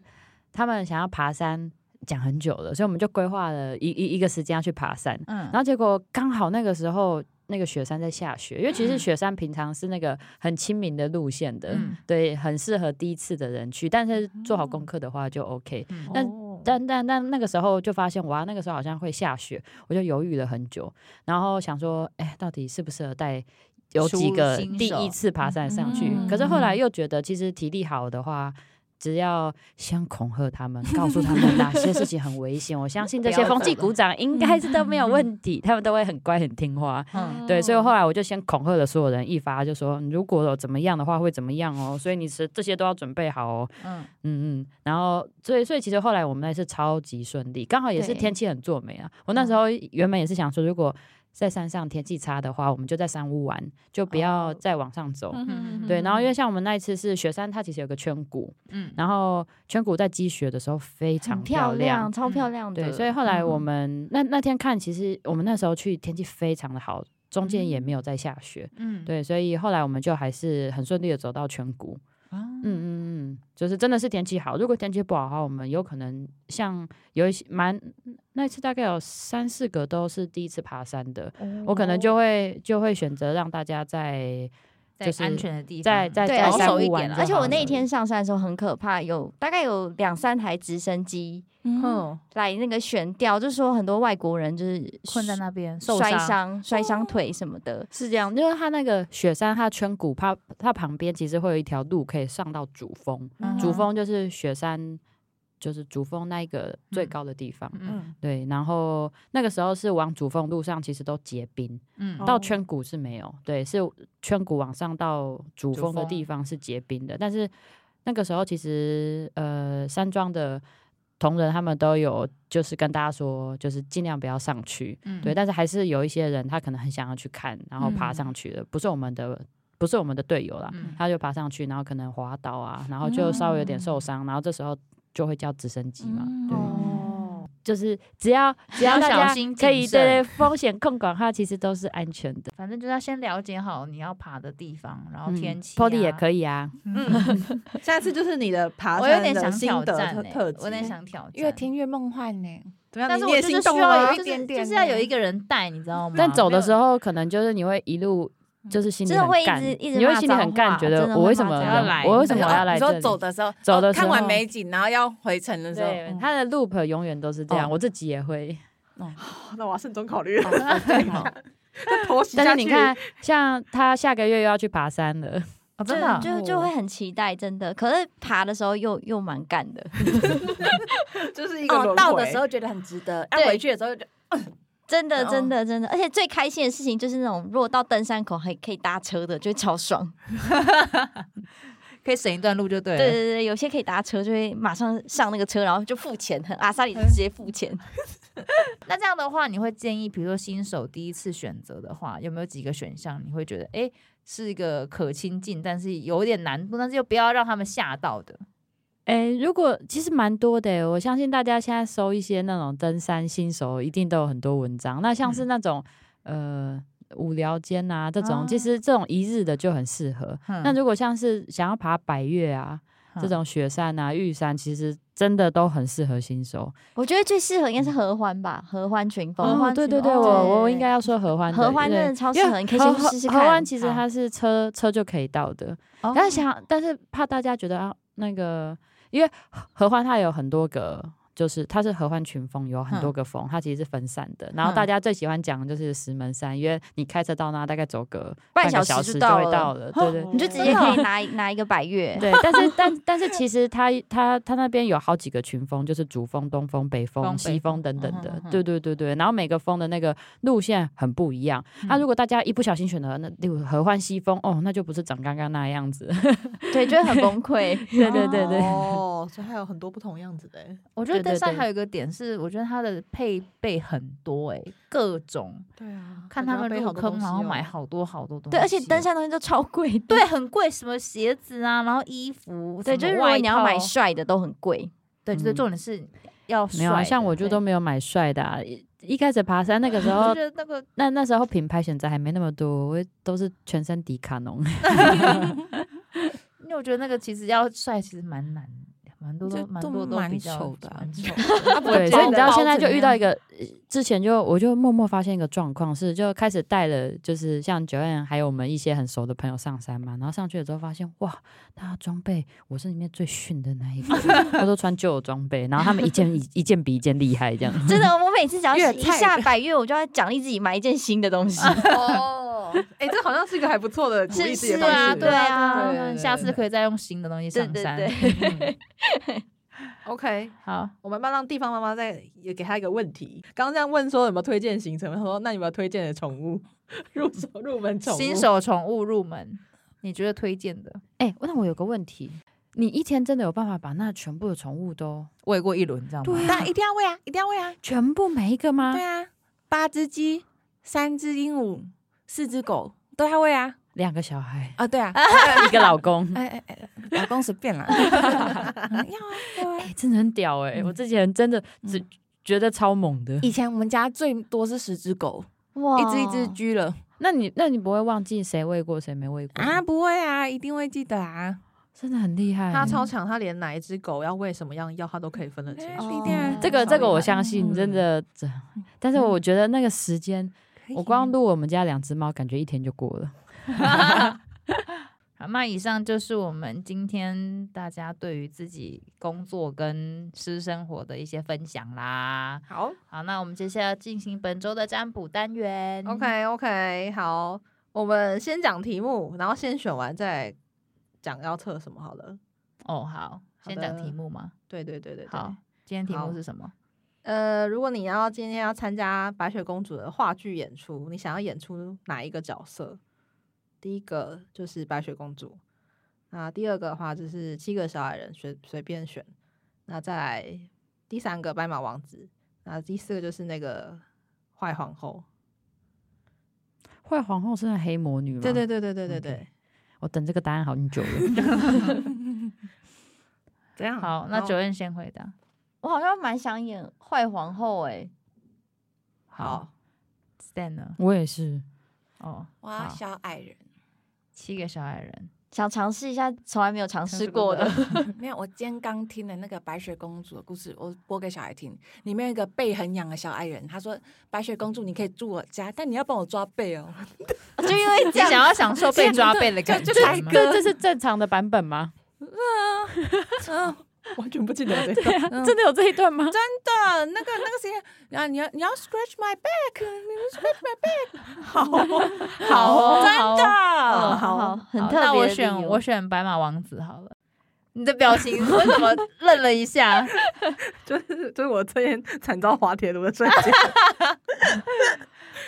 Speaker 5: 他们想要爬山讲很久了，所以我们就规划了一一一个时间要去爬山，
Speaker 2: 嗯
Speaker 5: 然后结果刚好那个时候。那个雪山在下雪，因为其实雪山平常是那个很亲民的路线的，
Speaker 2: 嗯哦
Speaker 5: 对，很适合第一次的人去。但是做好功课的话就 OK。
Speaker 2: 嗯
Speaker 5: 但
Speaker 1: 哦
Speaker 5: 但但但那个时候就发现，哇，那个时候好像会下雪，我就犹豫了很久，然后想说，哎，到底适不适合带有
Speaker 2: 初
Speaker 5: 几个
Speaker 2: 新
Speaker 5: 第
Speaker 2: 手
Speaker 5: 一次爬山上去？
Speaker 3: 嗯
Speaker 5: 可是后来又觉得，其实体力好的话。只要先恐吓他们，告诉他们哪些事情很危险，我相信这些风纪鼓掌应该是都没有问题，他们都会很乖很听话。
Speaker 2: 嗯
Speaker 5: 对，所以后来我就先恐吓了所有人一发，就说如果有怎么样的话会怎么样哦，所以你是这些都要准备好哦。
Speaker 2: 嗯，
Speaker 5: 嗯嗯，然后所以所以其实后来我们那次超级顺利，刚好也
Speaker 6: 对
Speaker 5: 是天气很作美啊。
Speaker 2: 嗯
Speaker 5: 我那时候原本也是想说，如果在山上天气差的话，我们就在山屋玩，就不要再往上走。
Speaker 2: 哦嗯
Speaker 5: 对，然后因为像我们那一次是雪山，它其实有个圈谷，
Speaker 2: 嗯
Speaker 5: 然后圈谷在积雪的时候非常
Speaker 6: 很漂
Speaker 5: 亮
Speaker 6: 亮，，超漂亮的。
Speaker 5: 对，所以后来我
Speaker 6: 嗯
Speaker 5: 们、那那天看，其实我们那时候去天气非常的好，中间也没有在下雪，
Speaker 2: 嗯，
Speaker 5: 对，所以后来我们就还是很顺利的走到全谷。嗯
Speaker 2: 嗯，
Speaker 5: 嗯嗯，就是真的是天气好，如果天气不好的话，我们有可能像有一些蛮那一次大概有三四个都是第一次爬山的，我可能就会就会选择让大家在
Speaker 2: 在
Speaker 5: 就是
Speaker 2: 安全的地方，
Speaker 5: 在在
Speaker 6: 对
Speaker 5: 在
Speaker 6: 保
Speaker 5: 山
Speaker 2: 哦守一
Speaker 5: 屋
Speaker 2: 点
Speaker 5: 玩
Speaker 2: 啦
Speaker 5: 就
Speaker 6: 而且我
Speaker 5: 好
Speaker 6: 那
Speaker 5: 了
Speaker 6: 一天上山的时候很可怕，有大概有两三台直升机
Speaker 3: 嗯，
Speaker 1: 嗯，
Speaker 6: 来那个悬吊，就说很多外国人就是
Speaker 2: 困在那边受
Speaker 6: 摔伤、摔伤腿什么 的。
Speaker 5: 是这样，因为它那个雪山，它圈谷，它它旁边其实会有一条路可以上到主峰，
Speaker 2: 嗯
Speaker 5: 主峰就是雪山，就是主峰那一个最高的地方。
Speaker 2: 嗯
Speaker 5: 对，然后那个时候是往主峰路上，其实都结冰，
Speaker 2: 嗯
Speaker 5: 到圈谷是没有，对，是圈谷往上到主峰的地方是结冰的。但是那个时候其实呃，山庄的同仁他们都有就是跟大家说，就是尽量不要上去，
Speaker 2: 嗯
Speaker 5: 对，但是还是有一些人他可能很想要去看，然后爬
Speaker 2: 嗯
Speaker 5: 上去了，不是我们的。不是我们的队友啦，
Speaker 2: 嗯
Speaker 5: 他就爬上去，然后可能滑倒啊，然后就稍微有点
Speaker 2: 啊
Speaker 5: 受伤，然后这时候就会叫直升机嘛，
Speaker 3: 嗯
Speaker 5: 对，
Speaker 1: 哦，
Speaker 5: 就是只要只要
Speaker 2: 嗯要
Speaker 5: 大
Speaker 2: 小
Speaker 5: 家
Speaker 2: 心
Speaker 5: 可
Speaker 2: 谨
Speaker 5: 以
Speaker 2: 慎
Speaker 5: 对风险控管的话，其实都是安全的。
Speaker 2: 反正就是要先了解好你要爬的地方，
Speaker 6: 哦
Speaker 2: 然后天气、
Speaker 5: p o d y 嗯也
Speaker 2: 以。
Speaker 5: 可以啊，
Speaker 1: 嗯下次就是你的爬
Speaker 2: 我有
Speaker 1: 山
Speaker 2: 点
Speaker 1: 的
Speaker 2: 想
Speaker 1: 心
Speaker 2: 挑
Speaker 1: 得
Speaker 2: 战
Speaker 1: 特
Speaker 2: 欸
Speaker 1: 特
Speaker 2: 我有点
Speaker 1: 辑
Speaker 2: 想挑战，
Speaker 3: 越听越梦幻呢。
Speaker 1: 怎么样？
Speaker 2: 但是
Speaker 1: 你
Speaker 2: 我
Speaker 1: 也
Speaker 2: 就是
Speaker 1: 心
Speaker 2: 需
Speaker 1: 动了
Speaker 2: 要
Speaker 1: 吗
Speaker 2: 有就
Speaker 3: 一点
Speaker 2: 是
Speaker 3: 点
Speaker 2: 就是要
Speaker 3: 呢
Speaker 2: 有一个人带，你知道吗？哦
Speaker 5: 但
Speaker 6: 嗯
Speaker 5: 走
Speaker 2: 没
Speaker 5: 的
Speaker 2: 有
Speaker 5: 时候可能就是你会一路就是心里
Speaker 6: 真的
Speaker 5: 很
Speaker 6: 嗯会一
Speaker 5: 干，
Speaker 6: 直一直
Speaker 5: 你会
Speaker 6: 骂
Speaker 5: 心里
Speaker 6: 脏
Speaker 5: 很干，
Speaker 6: 话
Speaker 5: 觉
Speaker 6: 真
Speaker 5: 得
Speaker 6: 的
Speaker 5: 我
Speaker 6: 会
Speaker 5: 为什
Speaker 6: 骂
Speaker 5: 么
Speaker 6: 脏
Speaker 2: 话
Speaker 5: 要
Speaker 2: 来
Speaker 5: 我为什
Speaker 2: 怎
Speaker 5: 么要
Speaker 3: 啊
Speaker 5: 来
Speaker 3: 你
Speaker 5: 这
Speaker 3: 说
Speaker 5: 里？
Speaker 3: 走的时候，
Speaker 5: 走的
Speaker 3: 哦看完
Speaker 5: 时候
Speaker 3: 美景，然后要回程的时候，嗯
Speaker 5: 对，他的 loop 永远都是这样，
Speaker 6: 哦
Speaker 5: 我自己也会。
Speaker 2: 欸
Speaker 1: 那我要慎重考
Speaker 3: 哦
Speaker 1: 虑了。
Speaker 2: 哦
Speaker 5: 哦
Speaker 1: 头洗
Speaker 5: 但是
Speaker 1: 下
Speaker 5: 你
Speaker 1: 去
Speaker 5: 看，像他下个月又要去爬山了，
Speaker 2: 哦
Speaker 6: 就
Speaker 2: 真的啊
Speaker 6: 就就会很期待，真的。可是爬的时候又又蛮干的，
Speaker 1: 就是一
Speaker 3: 哦，
Speaker 1: 轮
Speaker 3: 到
Speaker 1: 回
Speaker 3: 的 时候觉得很值得，要
Speaker 6: 对
Speaker 3: 回去的时候就
Speaker 6: 真的
Speaker 3: 哦
Speaker 6: 真的真的。而且最开心的事情就是那种，如果到登山口还可以搭车的，就会超爽。
Speaker 2: 可以省一段路就对了。
Speaker 6: 对对对，有些可以搭车，就会马上上那个车，然后就付钱，很阿萨里直接付钱。
Speaker 2: 那这样的话，你会建议，比如说新手第一次选择的话，有没有几个选项你会觉得，哎、是一个可亲近，但是有点难度，但是又不要让他们吓到的？
Speaker 5: 诶，如果其实蛮多的诶，我相信大家现在搜一些那种登山新手，一定都有很多文章。那像
Speaker 6: 嗯
Speaker 5: 是那种、呃无聊间啊这种，其
Speaker 2: 啊
Speaker 6: 哦
Speaker 5: 实这种一日的就很适合。那
Speaker 2: 嗯
Speaker 5: 如果像是想要爬百越啊、这种雪山啊、玉山，其实真的都很适合新手。
Speaker 6: 我觉得最适合应该是合欢吧，合欢群峰。
Speaker 5: 哦，对对对，
Speaker 6: 哦
Speaker 5: 我我
Speaker 6: 对
Speaker 5: 应该要说合欢的，
Speaker 6: 合欢
Speaker 5: 对
Speaker 6: 真的超
Speaker 5: 因
Speaker 6: 适
Speaker 5: 为
Speaker 6: 合你可以
Speaker 5: 合
Speaker 6: 先
Speaker 5: 合
Speaker 6: 试试
Speaker 5: 合
Speaker 6: 看
Speaker 5: 湾其实
Speaker 2: 好
Speaker 5: 它是车车就可以到的，
Speaker 2: 哦
Speaker 5: 但是想，但是怕大家觉得啊，那个，因为合欢它有很多个就是它是合欢群峰，有很多个峰，它其实是分散的。然后大家最喜欢讲的就是石门山，因为你开车到那大概走个
Speaker 6: 半
Speaker 5: 半个
Speaker 6: 小
Speaker 5: 小
Speaker 6: 时
Speaker 5: 时
Speaker 6: 就
Speaker 5: 就
Speaker 6: 到
Speaker 5: 会
Speaker 6: 了哦
Speaker 5: 到了，对对
Speaker 6: 你就直接可以拿拿一个百越，
Speaker 5: 对，但是但但是其实它它它那边有好几个群峰，就是主峰、东峰、北
Speaker 2: 东
Speaker 5: 峰、
Speaker 2: 北
Speaker 5: 西
Speaker 2: 峰
Speaker 5: 峰等等
Speaker 2: 嗯
Speaker 5: 的
Speaker 2: 哼嗯哼，
Speaker 5: 对对对对。然后每个峰的那个路线很不一样。那、如果大家一不小心选择那例如合欢西峰，哦，那就不是长刚刚那样子。
Speaker 6: 对，就会很崩溃。
Speaker 5: 对对对对。
Speaker 1: 哦，所以还有很多不同样子的欸。
Speaker 2: 我觉得
Speaker 5: 对
Speaker 2: 登
Speaker 5: 对
Speaker 2: 山
Speaker 5: 对
Speaker 2: 还有一个点是，我觉得它的配备很多哎、各种
Speaker 1: 对啊，
Speaker 2: 看他们入坑，然后买
Speaker 1: 好。
Speaker 2: 好多好多东西。
Speaker 6: 对，而且登山东西都超贵的。
Speaker 2: 对很贵，什么鞋子啊，然后衣服，
Speaker 6: 对，
Speaker 2: 什么
Speaker 6: 就是如果你要
Speaker 2: 外
Speaker 6: 买
Speaker 2: 套
Speaker 6: 帅的都很贵。
Speaker 2: 对，就是
Speaker 5: 嗯
Speaker 2: 重点是要
Speaker 5: 没有、
Speaker 2: 帅
Speaker 5: 啊，
Speaker 2: 的
Speaker 5: 像我就
Speaker 2: 对
Speaker 5: 都没有买帅的、啊。一一开始爬山那个时
Speaker 2: 我
Speaker 5: 候
Speaker 2: 觉，得那个
Speaker 5: 那那时候品牌选择还没那么多，我都是全身迪卡侬。
Speaker 2: 啊 因为我觉得那个其实要帅，其实蛮难的，蛮多
Speaker 3: 就
Speaker 2: 都蛮
Speaker 3: 都
Speaker 2: 多都
Speaker 3: 蛮
Speaker 2: 比较
Speaker 3: 丑的啊
Speaker 2: 蛮 丑的
Speaker 5: 对，所以你知道现在就遇到一
Speaker 2: 个
Speaker 5: 个，呃之前就我就默默发现一个状况是，就开始带了就是像九燕还有我们一些很熟的朋友上山嘛，然后上去了之后发现哇，大家装备我是里面最逊的那一个， 我都穿旧的装备，然后他们一件一一件比一件厉害这样。
Speaker 6: 真的，我每次只要
Speaker 1: 越
Speaker 6: 一
Speaker 1: 菜
Speaker 6: 下百越，我就要奖励自己买一件新的东西。
Speaker 1: 哦，哎，这好像是一个还不错的鼓励自己的
Speaker 6: 是
Speaker 1: 方
Speaker 2: 对啊
Speaker 1: 式。对
Speaker 2: 对啊，对啊
Speaker 1: 对
Speaker 2: 下
Speaker 1: 对
Speaker 2: 次可以再用新的东西
Speaker 6: 对
Speaker 2: 上
Speaker 6: 对
Speaker 2: 山。 嗯
Speaker 1: OK，
Speaker 2: 好，
Speaker 1: 我们慢慢让地方妈妈再也给她一个问题。刚刚这样问说有没有推荐行程，她说那你有没有推荐的宠物 入手入门宠物？
Speaker 2: 新手宠物入门，你觉得推荐的？
Speaker 5: 哎、那我有个问题，你一天真的有办法把那全部的宠物都
Speaker 2: 喂过一轮，这样吗？
Speaker 3: 当然一定要喂啊，一定要喂啊。
Speaker 5: 全部每一个吗？
Speaker 3: 对啊，八只鸡，三只鹦鹉，四只狗都要喂啊。，
Speaker 5: 两个小孩
Speaker 3: 啊，对啊，
Speaker 5: 一个老公。
Speaker 3: 哎哎哎， 老公随 便啦。嗯要啊要啊
Speaker 5: 哎、。真的很屌哎、
Speaker 3: 嗯
Speaker 5: 我之前真的只、
Speaker 3: 嗯
Speaker 5: 觉得超猛的。
Speaker 3: 以前我们家最多是十只狗，
Speaker 6: 哇
Speaker 3: 一只一只狙了
Speaker 5: 那你那你不会忘记谁喂过谁没喂过
Speaker 3: 啊！不会啊，一定会记得啊，
Speaker 5: 真的很厉害欸、
Speaker 1: 她超强，她连哪一只狗要喂什么样药，她都可以分得清
Speaker 3: 哎
Speaker 1: 楚。
Speaker 3: 一定啊
Speaker 5: 哦这
Speaker 1: 超
Speaker 5: 个这个
Speaker 1: 厉
Speaker 5: 我
Speaker 1: 害
Speaker 5: 相信，真
Speaker 3: 嗯
Speaker 5: 的这，但是我觉得那个时间，
Speaker 3: 可以
Speaker 5: 我光录我们家两只猫，感觉一天就过了。
Speaker 2: 啊 好，那以上就是我们今天大家对于自己工作跟私生活的一些分享啦。
Speaker 1: 好
Speaker 2: 好，那我们接下来进行本周的占卜单
Speaker 5: 嗯
Speaker 2: 元。
Speaker 1: ，OK OK，好，我们先讲题目，然后先选完再讲要测什么好了。
Speaker 2: 哦，好，先
Speaker 1: 好的
Speaker 2: 讲题目吗？
Speaker 1: 对对对对对。
Speaker 2: 好，今天题目
Speaker 1: 好
Speaker 2: 是什么？
Speaker 1: 呃，如果你要今天要参加白雪公主的话剧演出，你想要演出哪一个角色？第一个就是白雪公主，那第二个的话就是七个小矮人，随随便选。那再来第三个白马王子，那第四个就是那个坏皇后。
Speaker 5: 坏皇后是那黑魔女吗？
Speaker 1: 对对，对对对对对
Speaker 5: OK，我等这个答案好久了。
Speaker 1: 这样
Speaker 2: 好，嗯那
Speaker 1: 然后
Speaker 2: 九燕先回答。
Speaker 6: 我好像蛮想演坏皇后哎、
Speaker 1: 好，
Speaker 2: ，Stan 呢？
Speaker 5: 我也是，
Speaker 2: 哦，
Speaker 3: 哇
Speaker 2: 好
Speaker 3: 小矮人，
Speaker 2: 七个小矮 人。
Speaker 6: 想尝试一下从来没有尝试过的。
Speaker 3: 没有，我今天刚听的那个白雪公主的故事，我播给小孩听，里面有一个背很痒的小矮人，他说白雪公主你可以住我家，但你要帮我抓背哦，
Speaker 6: 就因为
Speaker 2: 你想要享受被抓背的感觉吗？
Speaker 5: 这这是正常的版本吗？
Speaker 1: 完全不记得这个。
Speaker 3: 嗯
Speaker 5: 真的有这一段吗？
Speaker 3: 的，啊那个那个谁，然后你要你要 scratch my back，你要 scratch my back，好
Speaker 2: 好哦，好哦
Speaker 3: 的，
Speaker 6: 好，很
Speaker 2: 好
Speaker 6: 特别的
Speaker 2: 那我
Speaker 6: 理
Speaker 2: 选
Speaker 6: 由
Speaker 2: 我选白马王子好了。你的表情为什么愣了一 下？
Speaker 1: 就是就是我这边 惨遭滑铁卢的瞬间。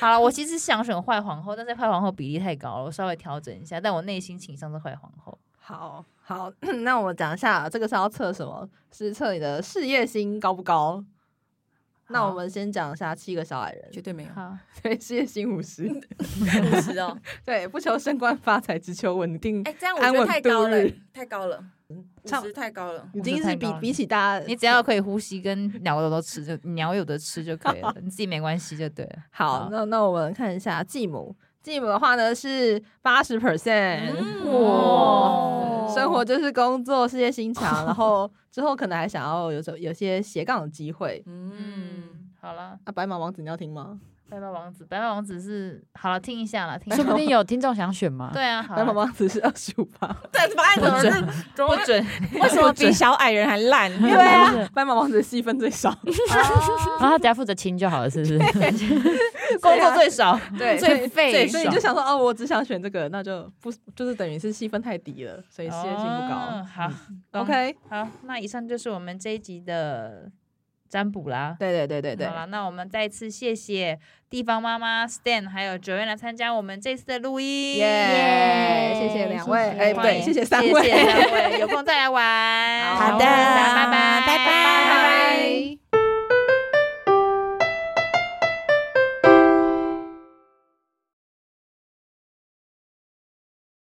Speaker 2: 好了，我其实想选坏皇后，但是坏皇后比例太高了，我稍微调整一下。但我内心倾向是坏皇后。
Speaker 1: 好好， 那我们讲一下这个是要测什么？是测你的事业心高不高？那
Speaker 2: 好
Speaker 1: 我们先讲一下七个小矮人，
Speaker 3: 绝对没有，
Speaker 2: 好，
Speaker 1: 对事业心五 十，
Speaker 3: 五十 哦，
Speaker 1: 对不求升官发财，只求稳定。
Speaker 3: 哎，这样我
Speaker 1: 安
Speaker 3: 觉得
Speaker 1: 稳
Speaker 3: 太
Speaker 1: 度
Speaker 3: 高了
Speaker 1: 日，嗯
Speaker 3: 太高了，五
Speaker 1: 差
Speaker 3: 十太高了。
Speaker 1: 已经是比
Speaker 2: 50太高了
Speaker 1: 比起大家，
Speaker 2: 你只要可以呼吸，跟鸟有的吃就鸟有的吃就可以 了，你自己没关系就对了。
Speaker 1: 好
Speaker 2: 好，
Speaker 1: 那那我们看一下继母，继母的话呢是八
Speaker 2: 嗯
Speaker 1: 十 percent，
Speaker 2: 哇
Speaker 1: 生活就是工作，事业心强，然 后之后可能还想要有有有些斜杠的机会。
Speaker 3: 嗯，
Speaker 2: 嗯，好了，
Speaker 1: 啊，白马王子你要听吗？
Speaker 2: 白马王子，白马王子是好了，听一下啦，听一
Speaker 5: 说不
Speaker 2: 下。
Speaker 5: 定有听众想选嘛。
Speaker 2: 对啊，好
Speaker 1: 白
Speaker 2: 啦
Speaker 1: 马王子是二十五 趴，
Speaker 3: 对，怎么爱怎么
Speaker 2: 不准
Speaker 3: 是怎么
Speaker 2: 不 准，
Speaker 3: 为什么比小矮人还烂？
Speaker 1: 对啊，白马王子戏份最少，
Speaker 5: 然后他只要负责亲就好了，是不是？
Speaker 2: 工
Speaker 3: 啊
Speaker 2: 作最少，
Speaker 1: 对
Speaker 2: 最废
Speaker 1: 对，
Speaker 2: 最
Speaker 1: 所以你就想说，哦，我只想选这个，那就不就是等于是戏份太低了，所以事业性不
Speaker 2: 哦
Speaker 1: 高。
Speaker 2: 好懂
Speaker 1: ，OK，
Speaker 2: 好，那以上就是我们这一集的占卜啦。
Speaker 1: 对对对对对
Speaker 2: 好，了，那我们再次谢谢地方妈妈 Stan 还有 Joanne 来参加我们这次的录音。
Speaker 1: 耶，谢谢两位，
Speaker 6: 谢谢
Speaker 1: 哎，不
Speaker 2: 欢
Speaker 1: 对，
Speaker 2: 迎
Speaker 1: 谢谢三
Speaker 2: 谢
Speaker 1: 位，
Speaker 2: 三位，有空再来玩。
Speaker 1: 好
Speaker 3: 的
Speaker 2: 拜拜，
Speaker 3: 拜拜
Speaker 1: 拜拜。